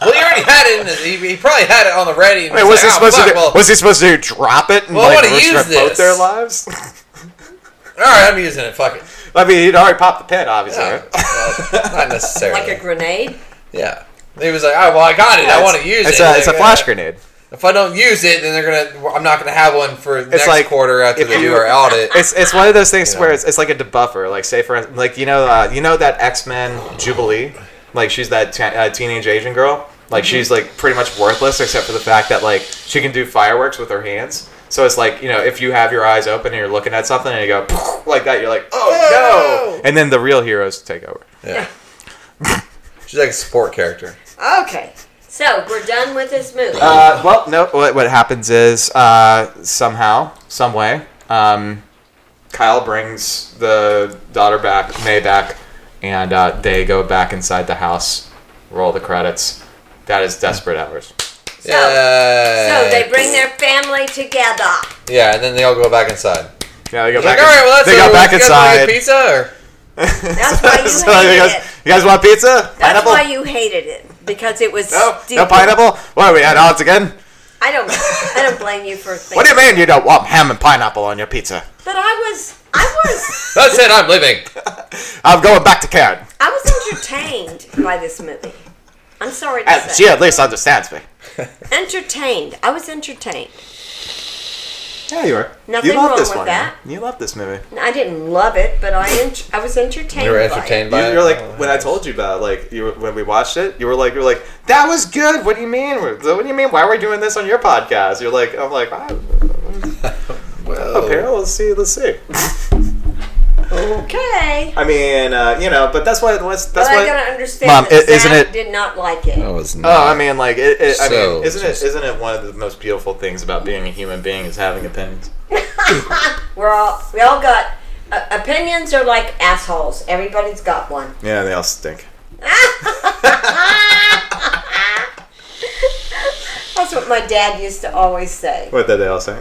Well, he already had it. In his, he, he probably had it on the ready. and Wait, he's was he like, "Oh, supposed to? fuck, Do, well, was he supposed to drop it and Well, I like wanna risk use both their this. lives? All right, I'm using it. Fuck it. I mean, he'd already popped the pin, obviously. Yeah. right? Well, not necessarily. Like a grenade. yeah. He was like, "Oh well, I got it. I want to use it's it." A, it's a Like, flash uh, grenade. If I don't use it, then they're gonna. I'm not gonna have one for next like, quarter after if they you- do our audit. It's it's one of those things Yeah. where it's, it's like a debuffer. Like say for like you know uh, you know that X Men Jubilee, like she's that te- uh, teenage Asian girl. Like she's like pretty much worthless except for the fact that like she can do fireworks with her hands. So it's like you know if you have your eyes open and you're looking at something and you go like that, you're like oh no, and then the real heroes take over. Yeah. She's like a support character. Okay. So we're done with this movie. Uh, well, no. What, what happens is uh, somehow, some way, um, Kyle brings the daughter back, May back, and uh, they go back inside the house. Roll the credits. That is desperate hours. so, so Yeah. they bring their family together. Yeah, and then they all go back inside. Yeah, they go It's back. like, all right, well, that's they go over. back You guys wanna get inside. Pizza or That's why you So hated he goes, it. you guys want pizza? That's pineapple? why you hated it because it was no, stupid. no pineapple. What are we at odds again? I don't. I don't blame you for thinking. What do you mean you don't want ham and pineapple on your pizza? But I was. I was. that's it. I'm leaving. I'm going back to Karen. I was entertained by this movie. I'm sorry to And say. she at least understands me. Entertained. I was entertained. Yeah, you are. Nothing you love wrong this with one. that. You love this movie. I didn't love it, but I ent- I was entertained. You were by it. entertained You, by. it. are like when I told you about it, like you were, when we watched it, you were like you were like that was good. What do you mean? What do you mean? Why are we doing this on your podcast? You're like I'm like I, Well, okay, let's see, let's see. Okay. I mean, uh, you know, but that's why that's But that's I why. gotta understand Mom, that i- isn't Zach it- did not like it. That was Oh, I not- mean, like it, it, I So, mean, isn't just- it isn't it one of the most beautiful things about being a human being is having opinions? We're all we all got uh, opinions are like assholes. Everybody's got one. Yeah, they all stink. That's what my dad used to always say. What did they all say?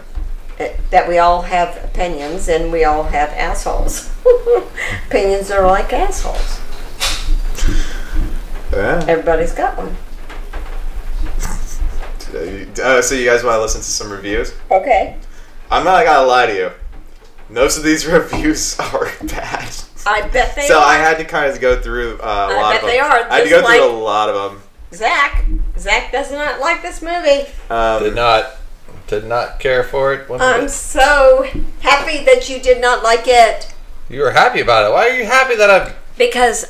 that- That we all have opinions and we all have assholes. opinions are like assholes. Yeah. Everybody's got one. Uh, so you guys want to listen to some reviews? Okay. I'm not gonna lie to you. Most of these reviews are bad. I bet they So are. I had to kind of go through uh, a lot of bet them. they are. I had to This go through like- a lot of Zach. Zach does not like this movie. them. Did Um, not, did not care for it. One I'm bit. so happy that you did not like it you were happy about it. Why are you happy that I'm? because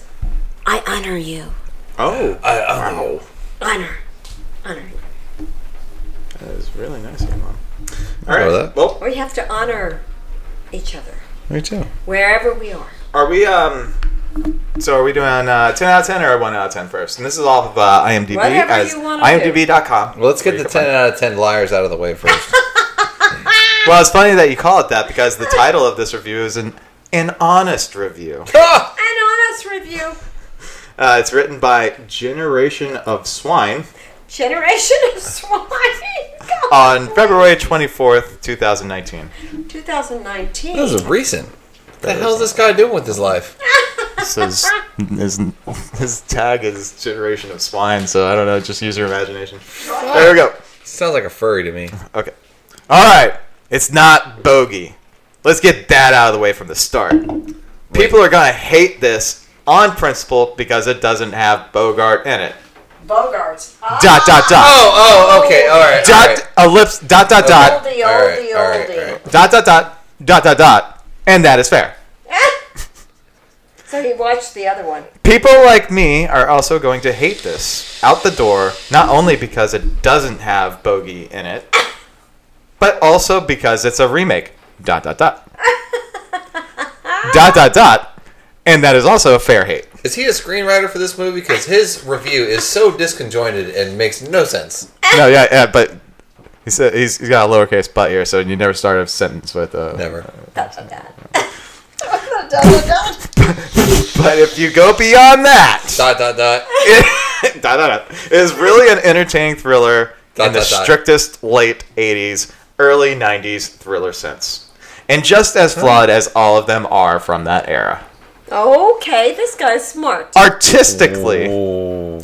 I honor you. oh, I, I don't know. Honor. Honor. that is really nice of you, Mom. All I know right. that. Well, We have to honor each other Me too. wherever we are. are we um? So are we doing uh, 10 out of 10 or 1 out of 10 first? And this is off of uh, IMDb Whatever as you wanna imdb.com. Well, let's get Where you the can find- ten out of ten liars out of the way first. Well, it's funny that you call it that because the title of this review is an an honest review. Ah! An honest review. Uh, it's written by Generation of Swine Generation of Swine. God. on February 24th, 2019. 2019. that was recent. What the hell's this guy doing with his life? So his, his, his tag is Generation of Swine, so I don't know, just use your imagination. There we go. Sounds like a furry to me. Okay. All right. It's not bogey. Let's get that out of the way from the start. People are going to hate this on principle because it doesn't have Bogart in it. Bogarts. Ah, Dot, dot, dot. Oh, oh, okay, all right, all dot, right. ellipse, dot, dot, dot. oldie, oldie, All right, all right, oldie. all right. dot dot dot dot dot dot and that is fair so he watched the other one. people like me are also going to hate this out the door not only because it doesn't have bogey in it but also because it's a remake dot dot dot dot dot dot and that is also a fair hate Is he a screenwriter for this movie? Because his review is so disconjointed and makes no sense. no yeah yeah but he said he's, he's got a lowercase butt here so you never start a sentence with uh, Never. Dot, dot, dot. Dot, dot, dot. but if you go beyond that Dot dot dot. dot, dot, dot, is really an entertaining thriller Dot, in the dot, dot. strictest late 80s, early 90s thriller sense. And just as flawed as all of them are from that era. Okay, this guy's smart. Uh, Artistically,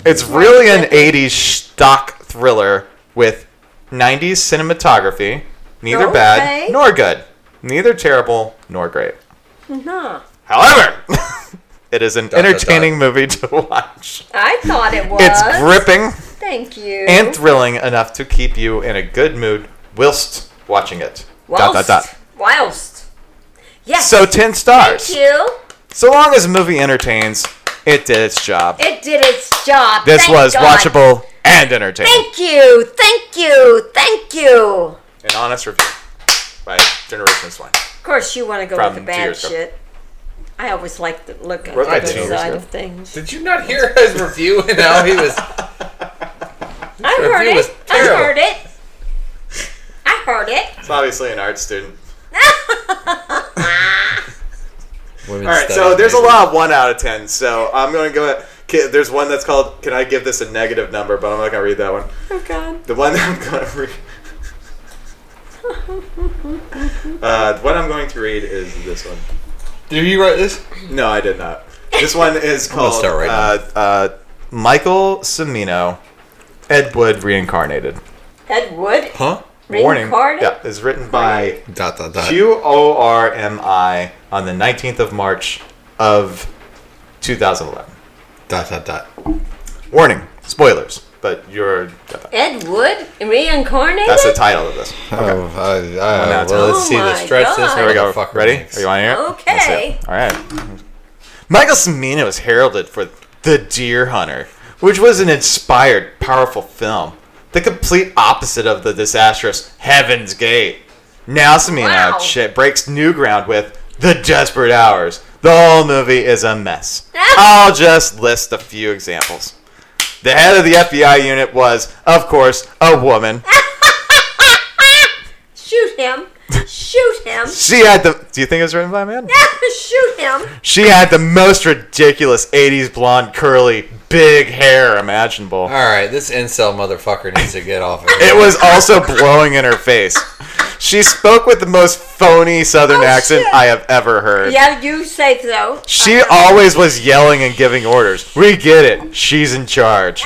it's really an 80s stock thriller with 90s cinematography, neither Okay. bad nor good, neither terrible nor great. Nah. However, it is an dot, entertaining movie to watch. I thought it was. It's gripping. Thank you. and thrilling enough to keep you in a good mood whilst watching it. whilst, Dot dot dot. Whilst. Yes. So ten stars. Thank you. So long as a movie entertains, it did its job. It did its job. this Thank was God. watchable and entertaining. Thank you. Thank you. Thank you. An honest review by Generation Swine. Of course, you want to go From with the two bad years ago. shit. I always like to look at the Wrote that other two years side ago. of things. Did you not hear his review and how he was? I heard review was it. I terrible. heard it. I heard it. It's obviously an art student. Women's All right, so studies, there's a maybe. lot of one out of ten. So I'm going to go. Ki- There's one that's called. Can I give this a negative number? But I'm not going to read that one. Oh God. The one that I'm going to read. uh, what I'm going to read is this one. Did you write this? No, I did not. This one is gonna called start right uh, uh, Michael Cimino, Ed Wood Reincarnated. Ed Wood. Huh? Warning. Reincarnated? Yeah, it's written by Dot dot dot. Q O R M I on the 19th of March of 2011. Dot dot dot. Warning, spoilers, but you're. Ed Wood reincarnated. That's the title of this. Oh, I, I, now well, it's- Oh let's see my this. Stretch this. God. Here we go. Fucker Ready? makes. Are you on here? Okay. All right. Michael Cimino is heralded for The Deer Hunter, which was an inspired, powerful film, the complete opposite of the disastrous Heaven's Gate. Now Cimino Wow. ch- breaks new ground with The Desperate Hours. The whole movie is a mess. I'll just list a few examples. The head of the FBI unit was, of course, a woman. Shoot him. Shoot him! She had the. Do you think it was written by a man? Shoot him! She had the most ridiculous '80s blonde, curly, big hair imaginable. All right, this incel motherfucker needs to get off of here. It was also blowing in her face. She spoke with the most phony Southern Oh, accent shit. I have ever heard. Yeah, you say so. She always was yelling and giving orders. We get it. She's in charge.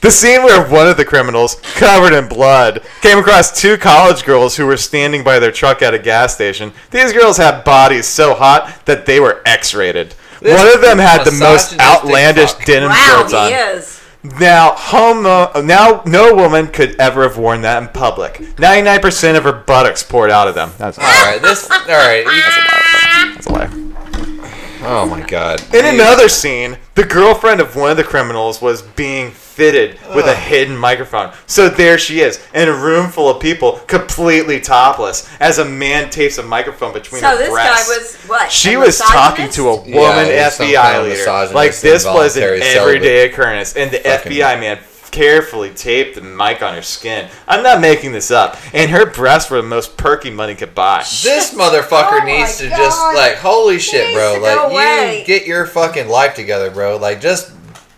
the scene where one of the criminals, covered in blood, came across two college girls who were standing by their truck at a gas station. These girls had bodies so hot that they were X-rated. This one of them had the most misogynistic outlandish fuck. denim Wow, shorts on. he is. Now, homo. Now, no woman could ever have worn that in public. Ninety-nine percent of her buttocks poured out of them. That's, All right, this. All right. you- that's a lie. Oh my god. In another scene, the girlfriend of one of the criminals was being fitted with a hidden microphone. So there she is, in a room full of people, completely topless, as a man tapes a microphone between So her this guy breasts. was what? She a was talking misogynist? to a woman Yeah, he's some FBI kind of leader. misogynist Like this was an involuntary everyday occurrence, and the Fucking- FBI man carefully taped the mic on her skin. I'm not making this up. And her breasts were the most perky money could buy. This motherfucker Oh needs to my just God. like holy shit, needs bro. to Like go away. you get your fucking life together, bro. Like just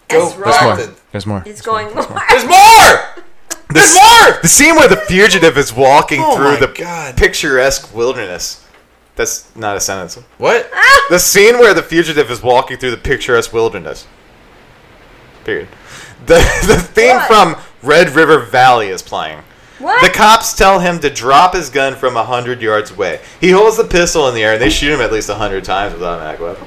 go That's right. back to. There's more. It's going more. There's more. The, s- the scene where the fugitive is walking Oh through my the God. picturesque wilderness. That's not a sentence. What? The scene where the fugitive is walking through the picturesque wilderness. Period. The, the theme What? from Red River Valley is playing. What? The cops tell him to drop his gun from 100 yards away. He holds the pistol in the air and they shoot him at least 100 times with automatic weapon.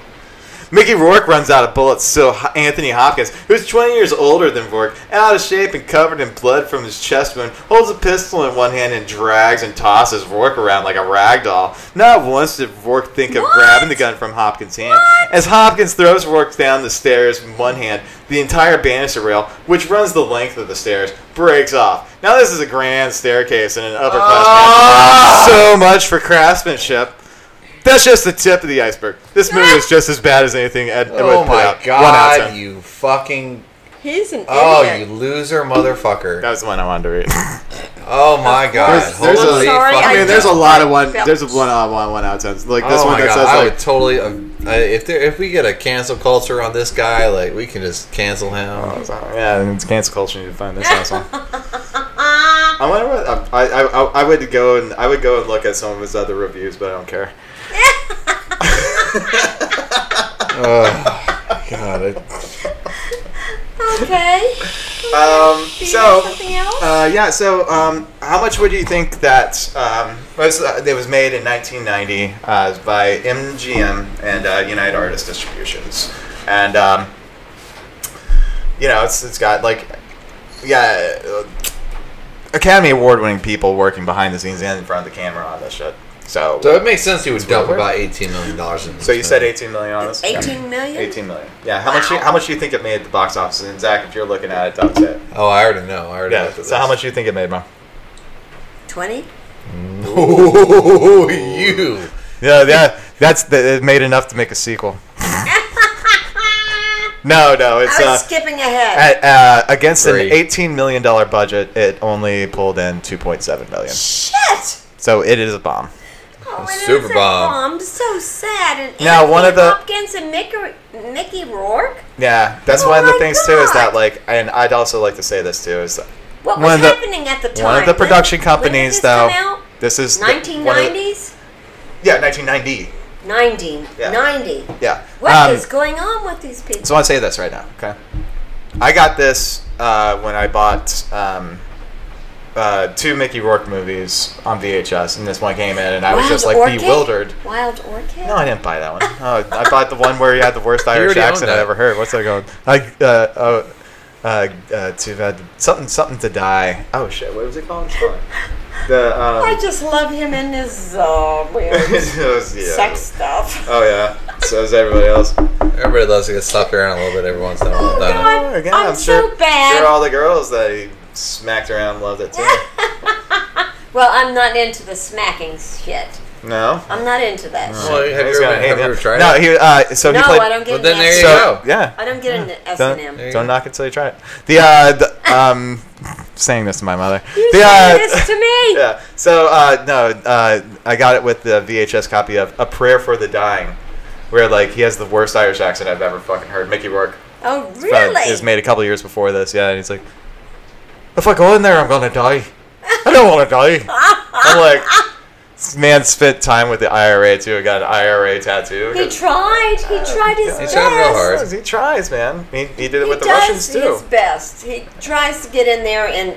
Mickey Rourke runs out of bullets, so H- Anthony Hopkins, who's 20 years older than Rourke, out of shape and covered in blood from his chest wound, holds a pistol in one hand and drags and tosses Rourke around like a rag doll. Not once did Rourke think of What? grabbing the gun from Hopkins' hand. As Hopkins throws Rourke down the stairs in one hand, the entire banister rail, which runs the length of the stairs, breaks off. Now this is a grand staircase in an upper class mansion. So much for craftsmanship. That's just the tip of the iceberg. This movie is just as bad as anything Ed, Ed would Oh put my out. One out of god, ten. you fucking. He's an Oh, you idiot. loser motherfucker. That was the one I wanted to read. Oh my god. There's- there's Holy a- Sorry, fucking I mean, there's a lot of one. Yeah. There's a one out of one, one out of tens. Like this oh one my that god, says I like, would totally. Uh, uh, if there, if we get a cancel culture on this guy, like we can just cancel him. yeah, and it's cancel culture. You need to find this last one. I wonder what um, I, I, I, I would go and I would go and look at some of his other reviews, but I don't care. Oh. God, I- okay. Um, Do you have so something else? Uh, yeah. So, um, how much would you think that um, most, uh, it was made in 1990 uh, by MGM and uh, United Artists Distributions, and um, you know, it's it's got like, yeah, uh, Academy Award-winning people working behind the scenes and in front of the camera on this shit. So, so it makes sense he would dump weird. about eighteen million dollars in. This so you said movie. 18 million on this? Yeah. 18 million? 18 million. Yeah. How much? You, how much do you think it made at the box office? And Zach, if you're looking at it, don't say it. Oh, I already know. I already. Yeah. looked at So how this. much do you think it made, Mom? 20? Ooh, Oh, you. Yeah, yeah, that's the, it made enough to make a sequel. no, no, it's I was uh, skipping ahead. at, uh, against Three. an eighteen million dollar budget, it only pulled in two point seven million. Shit! So it is a bomb. Oh, it is Super a bomb. bomb. So sad. And Now, one of Anthony the- Hopkins and Mickey, Mickey Rourke? Yeah, that's Oh one of the my things too. Is that God. like, and I'd also like to say this too is What was One of the- happening at the time? one of the When- production when did companies this come though. out? This is the- one of the- 1990s? yeah, nineteen ninety. 90. Yeah. 90. Yeah. What is Um, going on with these people? So I want to say this right now, okay? I got this uh, when I bought um, uh, two Mickey Rourke movies on VHS, and this one came in, and I was Wild just like Orchid? bewildered. Wild Orchid? No, I didn't buy that one. Oh, I bought the one where he had the worst Irish already owned accent I that. ever heard. What's that going? I uh, uh, uh, uh, too bad. Something, something to die. Oh shit! What was it called? The I um, just love him and his uh, weird it was- yeah. sex stuff. Oh yeah. So is everybody else. Everybody loves to get slapped around a little bit every once in a while. Oh, don't they? God. Again, I'm so bad. Sure, all the girls that he smacked around loved it too. Well, I'm not into the smacking shit. No. I'm not into that shit. Well, have you He's ever, gonna have you hate ever that. tried no, it? he uh, so No, he played. I don't get Well, then into there you that go. shit. Yeah. I don't get into S&M. Don't, you don't go. knock it till you try it. The uh, the um, saying this to my mother. You The, uh, said this to me. yeah. So uh, no, uh, I got it with the VHS copy of A Prayer for the Dying, where like he has the worst Irish accent I've ever fucking heard. Mickey Rourke Oh, uh, really? is made a couple years before this. Yeah, and he's like, if I go in there, I'm gonna die. I don't want to die. I'm like, this man spent time with the IRA too. I got an IRA tattoo. he tried. He tried his He best. tried real hard. He tries, man. He, he did it He with the does Russians too. his best. He tries to get in there and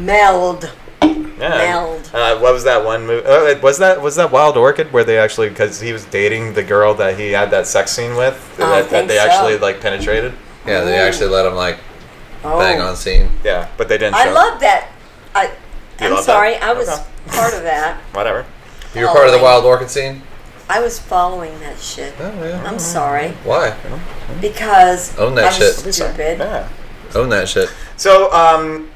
meld. Yeah. Meld. Uh, what was that one movie? Oh, it- was that was that Wild Orchid where they actually because he was dating the girl that he had that sex scene with I that, that think they so. actually like penetrated. Yeah, they actually let him like Oh. bang on scene. Yeah, but they didn't. I show love that. I, You I'm love sorry. that? I was Okay. part of that. whatever. You were part of the Following. Wild Orchid scene. Oh, I was following that shit. I'm sorry Why? because Own that I'm shit. stupid. Yeah. Own that shit. So um,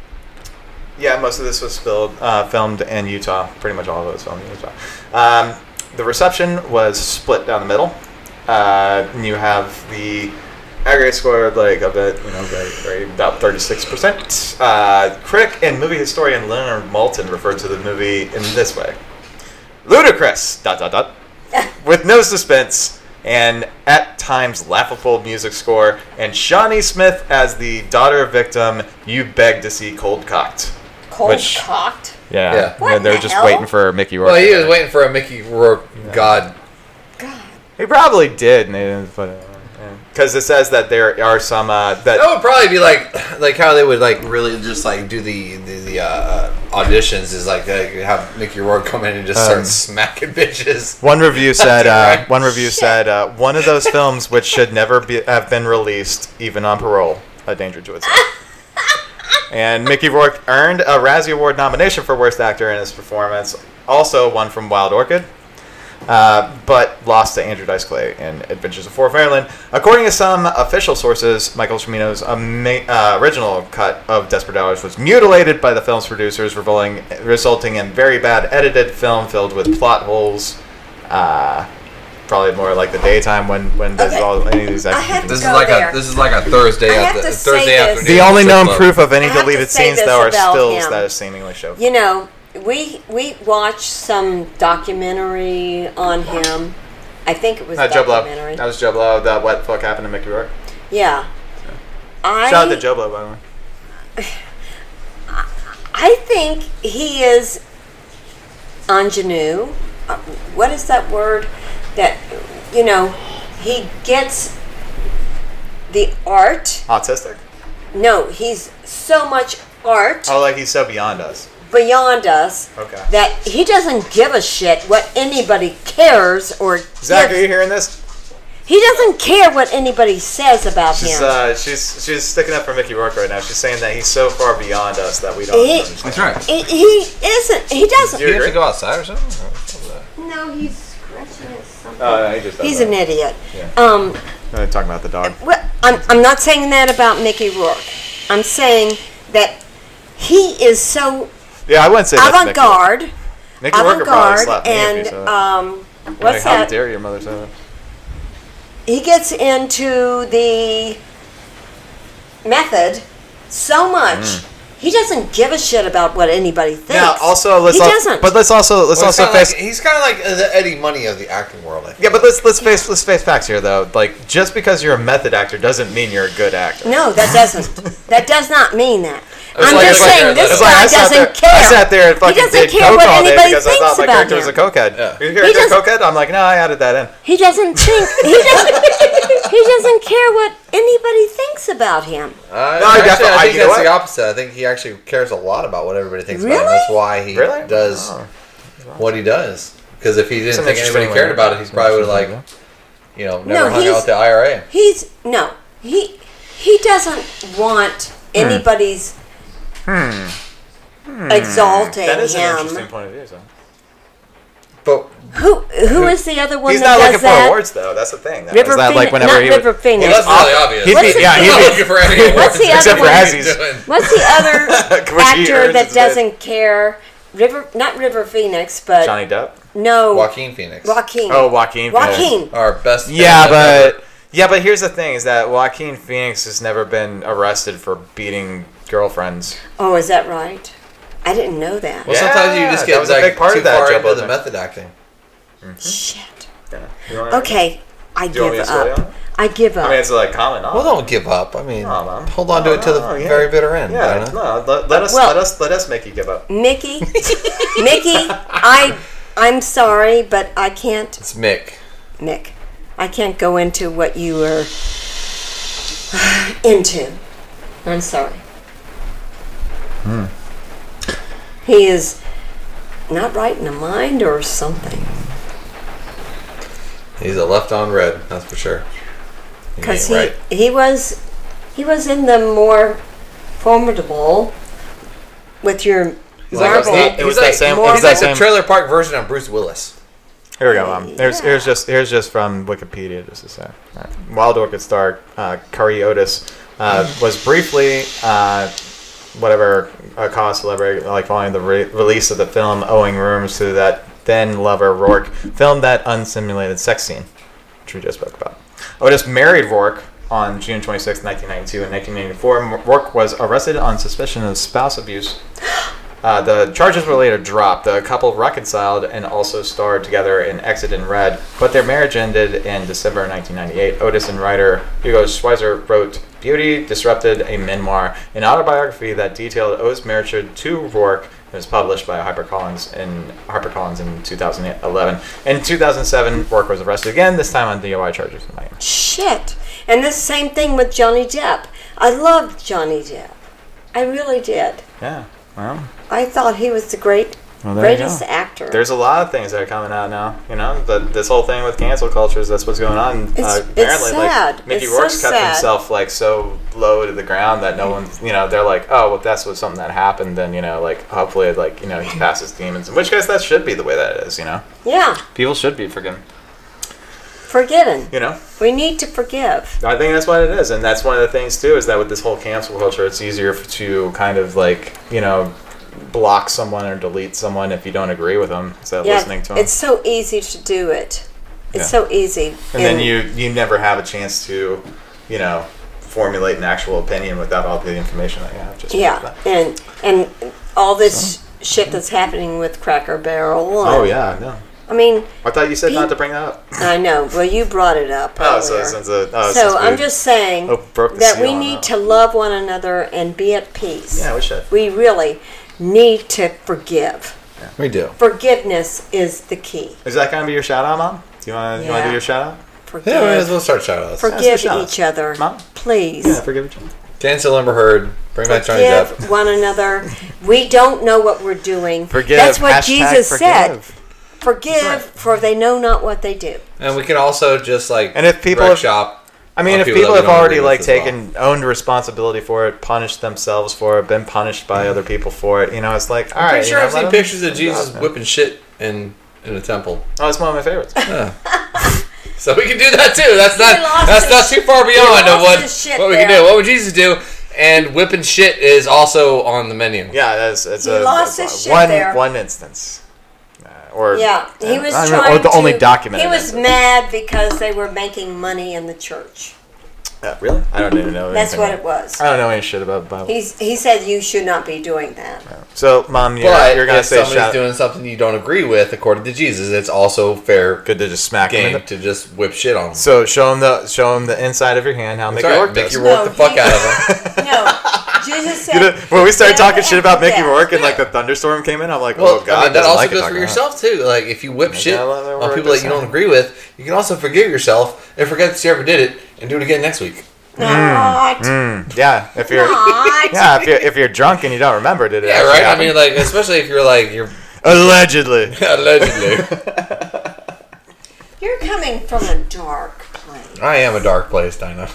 yeah, most of this was filled, uh, filmed in Utah. Pretty much all of it was filmed in Utah. Um, the reception was split down the middle. Uh, and you have the aggregate score like of it, you know, right, right, about thirty-six percent. Uh, critic and movie historian Leonard Maltin referred to the movie in this way: ludicrous. Dot dot dot. With no suspense and at times laughable music score, and Shawnee Smith as the daughter victim you beg to see cold cocked. Cold Which- cocked. Yeah. Yeah. What they're the just hell? waiting for Mickey Rourke. Well, he was waiting for a Mickey Rourke god. He probably did, and they didn't put it. Because it says that there are some uh, that. That would probably be like like how they would like really just like do the the, the uh, auditions is like uh, you have Mickey Rourke come in and just start Um. smacking bitches. One review said. Uh, Right. one review said uh, one of those films which should never be, have been released, even on parole, a danger to itself. and Mickey Rourke earned a Razzie Award nomination for Worst Actor in his performance, also one from Wild Orchid, uh, but lost to Andrew Dice Clay in Adventures of Four Fairland. According to some official sources, Michael Cimino's ama- uh, original cut of Desperate Hours was mutilated by the film's producers, revealing, resulting in very bad edited film filled with plot holes. Uh, probably more like the daytime when when there's Okay. all any of these. I had This is Go like there. a this is like a Thursday I have after, to say Thursday this. afternoon. The only strip known club. proof of any I have to deleted say scenes, this though, are about stills him. that are seemingly shown. You know, we we watched some documentary on him. I think it was Not Joe Blow. documentary. That was Joe Blow. The what the fuck happened to Mickey Rourke? Yeah. I Shout out to Joe Blow, by the way. I think he is ingenue. Uh, What is that word? That you know, he gets the art. Autistic? No, he's so much art Oh, like he's so beyond us. beyond us Okay. that he doesn't give a shit what anybody cares or Zach, are gives- you hearing this? He doesn't care what anybody says about She's him. uh, she's she's sticking up for Mickey Rourke right now. She's saying that he's so far beyond us that we don't. He- understand. That's right. he, he isn't. He doesn't. You You're- have to go outside or something. no, he's scratching at something. Oh, no, he just does he's that. an idiot. Yeah. Um, Uh, talking about the dog. Well, I'm, I'm not saying that about Mickey Rourke. I'm saying that he is so Yeah, I wouldn't say that's Mickey Rourke. avant-garde, Mickey Rourke would probably avant-garde, slap me if and he saw that. um, Like, what's how that? dare your mother say that? He gets into the method so much. He doesn't give a shit about what anybody thinks. Mm. Now, also let's he al- doesn't. but let's also let's Well, it's also kinda face like, he's kind of like uh, the Eddie Money of the acting world. I think. Yeah, but let's let's face let's face facts here though. Like just because you're a method actor doesn't mean you're a good actor. no, that doesn't. that does not mean that. It's I'm like- just it's like- saying it's this like guy I sat doesn't there, care. I sat there and fucking he doesn't did care coke what all day anybody because I thinks thought my about character him. was a cokehead. Yeah. Your character a doesn't- cokehead? I'm like, no, I added that in. He doesn't think he doesn't he doesn't care what anybody thinks about him. Uh, No, I actually, definitely- I I- think you know that's the what? opposite. I think he actually cares a lot about what everybody thinks about him. Really? That's why he Really? does Oh. what he does. Because if he didn't an think interesting anybody way. cared about it, he's probably would Interesting like, you know, never hung out he's- with the IRA. He's no. He he doesn't want Hmm. anybody's exalting That is an interesting him. point of view. So. But Who who is the other one He's that not looking does that? for awards though. That's the thing. though. River Hmm. Is that, like Phoenix- whenever not he would- River Phoenix. well, that's really obvious. He'd What's be, the- yeah, He's not he'd be, looking for any What's the Except other for one? Hezzy. What's the other Which he actor earns that his bed. doesn't care? River not River Phoenix, but Johnny Depp. no Joaquin Phoenix. Joaquin. Oh, Joaquin. Phoenix. Joaquin. Our best. Yeah, fan ever. but yeah, but here's the thing: is that Joaquin Phoenix has never been arrested for beating girlfriends. Oh, is that right? I didn't know that. Well, Yeah, sometimes you just that get was a like big part too of that far job, into the wasn't it? method acting. Shit. You wanna- Okay, I Do you want me give to slow up. down? I give up. I mean, it's like common knowledge. Well, don't give up. I mean, No, Oh, man. hold on to it to the No, yeah. very bitter end. Yeah, Donna. no, let, let us Uh, Well- let us let us make you give up. Mickey, Mickey, I, I'm sorry, but I can't, It's Mick. Mick, I can't go into what you were into. I'm sorry. Hmm. He is not right in the mind or something. He's a left on red, that's for sure. He because ain't he he was he was in the more formidable with your like marble. a- It was that same. It more was that It's a same. trailer park version of Bruce Willis. Here we go, Mom. Here's, Yeah. here's just here's just from Wikipedia, just to say. Alright. Wild Orchid star uh, Curry Otis uh, was briefly uh, whatever a cause celebrity like following the re- release of the film, owing rumors to that then lover Rourke filmed that unsimulated sex scene, which we just spoke about. Otis married Rourke on June 26, 1992, and 1994. Rourke was arrested on suspicion of spouse abuse uh, the charges were later dropped. The couple reconciled and also starred together in Exit in Red, but their marriage ended in December 1998. Otis and writer Hugo Schweizer wrote Beauty Disrupted, a memoir, an autobiography that detailed Otis' marriage to Rourke. It was published by HarperCollins in HarperCollins in 2011. In 2007, Rourke was arrested again, this time on DUI charges in Miami. shit. And the same thing with Johnny Depp. I loved Johnny Depp. I really did. Yeah, well, I thought he was the great there you greatest go. actor. There's a lot of things that are coming out now, you know. But this whole thing with cancel cultures, that's what's going on. It's- uh, it's apparently, sad. like Mickey It's so Rourke's kept sad. himself like so low to the ground that no one's, you know, they're like, oh, well, if that's what something that happened. Then you know, like hopefully, like you know, he passes demons. In which case, that should be the way that it is, you know. yeah, People should be forgiven, forgiven. you know. We need to forgive. I think that's what it is, and that's one of the things too is that with this whole cancel culture, it's easier f- to kind of like you know block someone or delete someone if you don't agree with them instead of Yeah, listening to them. it's so easy to do it. It's Yeah. so easy. and then you you never have a chance to you know formulate an actual opinion without all the information that you have just Yeah, and and all this shit that's happening with Cracker Barrel. oh yeah no I mean, i thought you said not Pe- to bring that up I know. Well, you brought it up. oh so earlier. since uh, oh, So since we- I'm just saying Oh, broke the that seal we on need that. to love one another and be at peace. yeah we should We really need to forgive. We do. Forgiveness is the key. is that gonna be your shout out mom do you want to you want to Yeah. do your shout out Forgive, Yeah, we might as well start shout outs. forgive shout outs. each other, Mom? please. yeah forgive each other Cancel Amber Heard. Bring back Johnny Depp. Forgive one another. We don't know what we're doing. That's what Jesus said. Forgive, for they know not what they do. And we can also just like And if people wreck have- shop. I mean, on if people people that we have don't already agree like with as taken owned responsibility for it, punished themselves for it, been punished by other people for it, you know, it's like all I'm right. pretty sure you know, I've let seen them- pictures of Jesus man. whipping shit in in a temple. Oh, it's one of my favorites. So we can do that too. That's not lost that's his- not too far beyond he of lost what his shit what we can there. do. What would Jesus do? And whipping shit is also on the menu. Yeah, that's it's He a lost it's his a- shit one there. one instance, uh, or Yeah, he uh, was I don't know, trying or the to, only documented. He was instance. mad because they were making money in the church. Uh, really? I don't even know. That's anything what about- it was. I don't know any shit about the Bible. He's, he said you should not be doing that. So, mom, you're, But you're gonna if say somebody's shout. doing something you don't agree with, according to Jesus, it's also fair good to just smack him. game In the, to just whip shit on. 'em. so show him the show him the inside of your hand. How Mickey Sorry, Rourke Mickey does. Rourke No, the fuck he- out of him. No, Jesus said. You know, when we started "Never talking shit about Mickey ever." Rourke and like the thunderstorm came in, I'm like, Well, oh god, I mean, that doesn't also like it goes talking for about it. yourself too. Like if you whip shit gotta let them on work people that this you don't out. agree with, you can also forgive yourself and forget that you ever did it and do it again next week. Not, Hmm, Yeah, if you're not. mm, yeah, if you're if you're drunk and you don't remember, did it? Yeah, actually right. I happen? mean, like especially if you're like you're allegedly. allegedly. You're coming from a dark place. I am a dark place, Dino.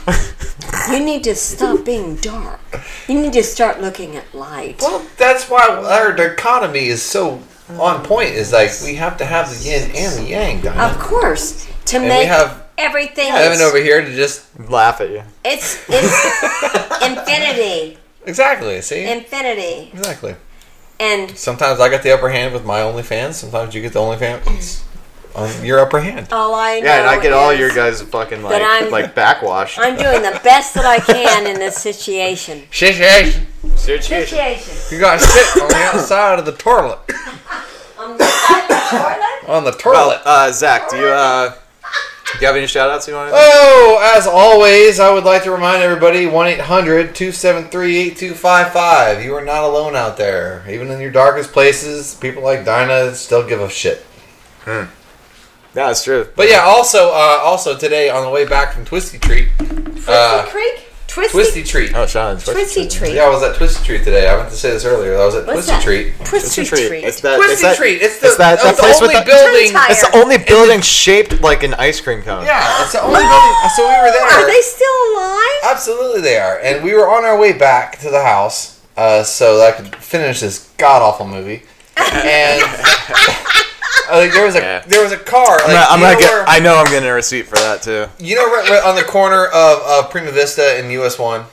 You need to stop being dark. You need to start looking at light. Well, that's why our economy is so on point. Is like we have to have the yin and the yang, Of Dino. course, to And we make have everything. Evan over here to just Laugh at you. It's it's infinity, exactly see infinity, exactly. and Sometimes I get the upper hand with my OnlyFans. Sometimes you get the OnlyFans on your upper hand. all I know. Yeah, and I get all is your guys fucking like I'm- like backwash. I'm doing the best that I can in this situation. Shit, shit. Situation. Situation. You got shit on the outside of the toilet. On the side of the toilet? On the Well, toilet. uh, Zach, do you uh, do you have any shout outs you want? to Oh, as always, I would like to remind everybody 1 800 273 8255. You are not alone out there. Even in your darkest places, people like Dinah still give a shit. Yeah, that's true. Oh. But yeah, also, uh, also today on the way back from Twisty Treat, uh, Twisty Creek? Twisty, Twisty Treat. Oh, Sean. it's worth- Twisty Treat. Yeah, I was at Twisty Treat today. I meant to say this earlier. I was at What's Twisty that? Treat. Twisty, It's a treat. Treat. It's that. Twisty it's that, Treat. It's the, it's that, that it's the place with only the. building. Turntile. It's the only building shaped like an ice cream cone. Yeah, it's the only building. So we were there. Are they still alive? Uh, Absolutely, they are. And we were on our way back to the house uh, so that I could finish this god awful movie. And I think there was a Yeah. there was a car. Like, I'm not, I'm you not know get, where- I know I'm getting a receipt for that too. you know, right, right on the corner of uh, Prima Vista and US One.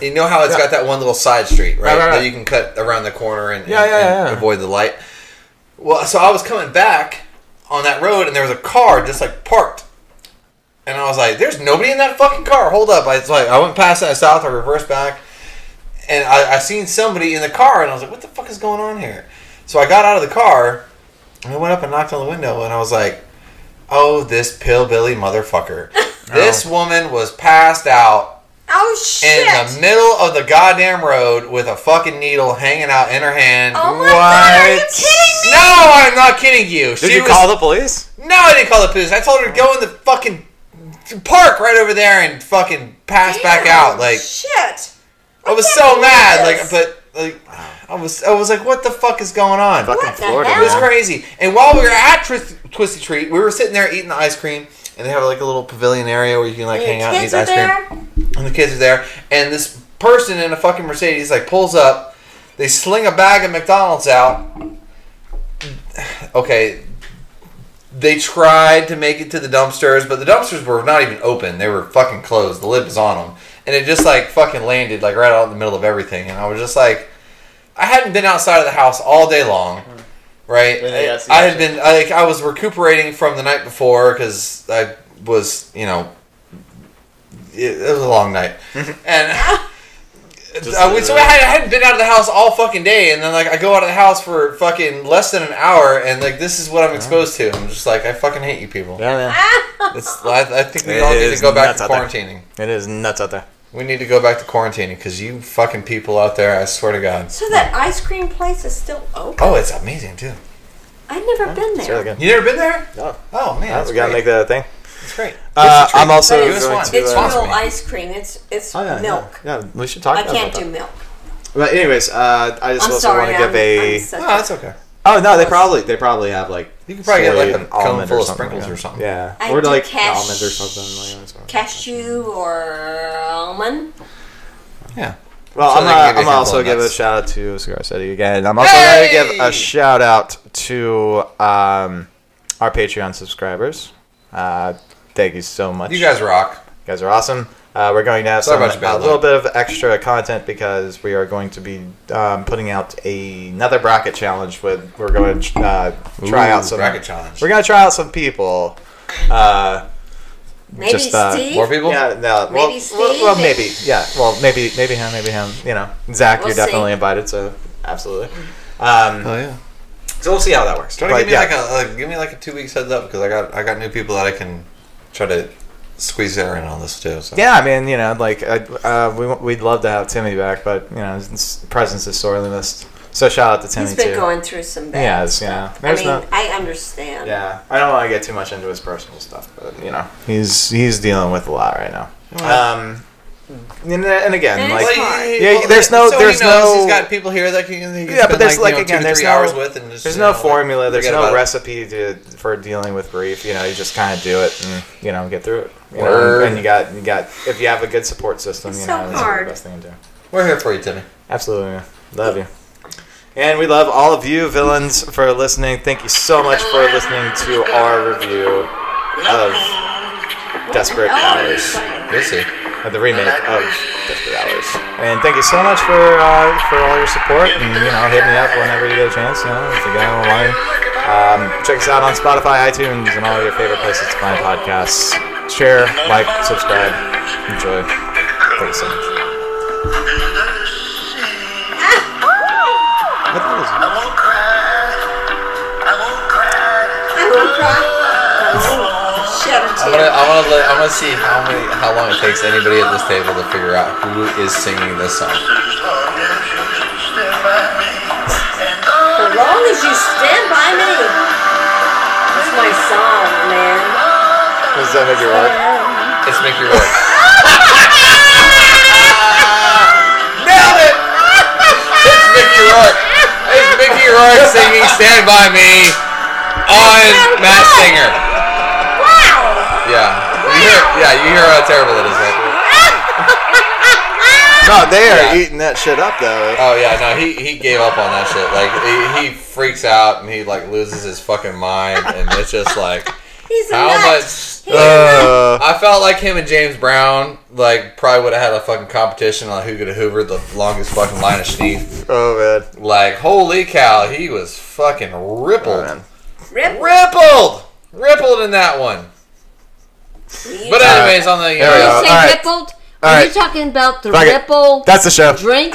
You know how it's got that one little side street, right? Right, right, That right. you can cut around the corner and, Yeah, and- yeah, and yeah. avoid the light. Well, so I was coming back on that road, and there was a car just like parked, and I was like, "There's nobody in that fucking car." Hold up! I it's like I went past that south, I reversed back, and I, I seen somebody in the car, and I was like, "What the fuck is going on here?" So I got out of the car, and I went up and knocked on the window, and I was like, "Oh, this pillbilly motherfucker! This Oh. woman was passed out Oh in shit! the middle of the goddamn road with a fucking needle hanging out in her hand." oh my god, are you What? kidding me? No, I'm not kidding you. Did she you was call the police? no, I didn't call the police. I told her to go in the fucking park right over there and fucking pass back Damn, out. Like Oh, shit. I was can't so believe mad. this. Like, but like I was, I was like, what the fuck is going on? Fucking What the Florida. hell? It was man. crazy. And while we were at Twist, Twisty Treat, we were sitting there eating the ice cream, and they have like a little pavilion area where you can like Your hang out and eat kids are ice cream there. and the kids are there, and this person in a fucking Mercedes like pulls up, they sling a bag of McDonald's out. Okay, they tried to make it to the dumpsters, but the dumpsters were not even open; they were fucking closed. The lid was on them, and it just like fucking landed like right out in the middle of everything. And I was just like, I hadn't been outside of the house all day long. Right, Yeah, yeah, I see I, I that had been like I was recuperating from the night before because I was, you know, it, it was a long night, and I, so I, had, I hadn't been out of the house all fucking day, and then like I go out of the house for fucking less than an hour, and like this is what I'm exposed to. I'm just like I fucking hate you people. Yeah, man. Ah. It's, I, I think we It all need is to go back nuts to out there. quarantining. It is nuts out there. We need to go back to quarantining because you fucking people out there, I swear to God. So that ice cream place is still open. Oh, it's amazing too. I've never been It's there. really good. You never been there? No. Oh man, Yeah, that's Uh, we gotta great. make that a thing. That's great. Uh, I'm also But going it's- to. one. It's uh, real Sponsor me. ice cream. It's it's Oh, yeah, milk. Yeah, yeah, we should talk. I about can't that. do milk. But anyways, uh, I just I'm also sorry. want to give I'm, a. I'm such Oh, a- that's okay. oh no, they probably they probably have like You could probably get, soy like, an and cone almond full or of something like sprinkles that. or something. Yeah, I or do like cash- almond or something. Like that. cashew or almond. Yeah. Well, So I'm, they gonna, can I'm give you gonna a also handful of give a nuts. shout out to Cigar City again. I'm also gonna give Hey! a shout out to um, our Patreon subscribers. Uh, thank you so much. You guys rock. You guys are awesome. Uh, we're going to have Sorry some, about your bad a little bit of extra content because we are going to be um, putting out another bracket challenge. With we're going to uh, try Ooh, out some bracket challenge. We're going to try out some people. Uh, Maybe Just, uh, Steve. More people? yeah, no, well, Maybe well, Steve well, and- maybe, yeah, well, maybe, maybe him, maybe him. You know, Zach, We'll you're definitely see. invited, so absolutely. Um, Oh yeah. so we'll see how that works. Try to But give me yeah. like a uh, give me like a two weeks heads up because I got I got new people that I can try to squeeze in on this too. So. Yeah, I mean, you know, like I, uh, we we'd love to have Timmy back, but you know, his presence is sorely missed. So shout out to Timmy He's been too. going through some bad Yeah, it's- stuff. yeah. I There's mean, no- I understand. Yeah, I don't want to get too much into his personal stuff, but you know, he's he's dealing with a lot right now. Um, and, and again, And it's like hard. Yeah, there's no- so there's he knows He's no- got people here that can. He can Yeah, but spend, there's, like, you know, two again, to there's three no- hours with, and just, there's you no know, like, formula, there's forget no about it. recipe to for dealing with grief. You know, you just kind of do it and you know get through it. You know, Word. and you got you got if you have a good support system, It's you so know, that's the hard. best thing to do. We're here for you, Timmy. Absolutely, man. love you. And we love all of you villains for listening. Thank you so much for listening to our review of Desperate Hours We'll see. of the remake of Desperate Hours. And thank you so much for uh, for all your support. And you know, hit me up whenever you get a chance. You know, if you go online, um, check us out on Spotify, iTunes, and all your favorite places to find podcasts. Share, like, subscribe, enjoy. Thank you so much. Another shame. Oh, I'm gonna, I wanna, let, I'm gonna see how many, how long it takes anybody at this table to figure out who is singing this song. So long as you stand by me. That's my song, man. Does that make it work? It's Mickey Rourke. Nailed it! It's Mickey Rourke. It's Mickey Rourke singing "Stand by Me" on Mass Singer. Wow. Yeah, you hear, yeah, you hear how terrible it is. Right? No, they are Yeah. eating that shit up though. Oh yeah, no, he he gave up on that shit. Like he, he freaks out and he like loses his fucking mind, and it's just like He's a how nut. much. Uh, I felt like him and James Brown, like probably would have had a fucking competition on who could hoover the longest fucking line of Steve. oh man. Like, holy cow, he was fucking Oh, rippled, man. Rip. rippled, rippled in that one. But uh, All right. anyways, on the uh, There we Did go. you say All right. rippled? All Are right. you talking about the Fuck it. ripple That's the show. drink?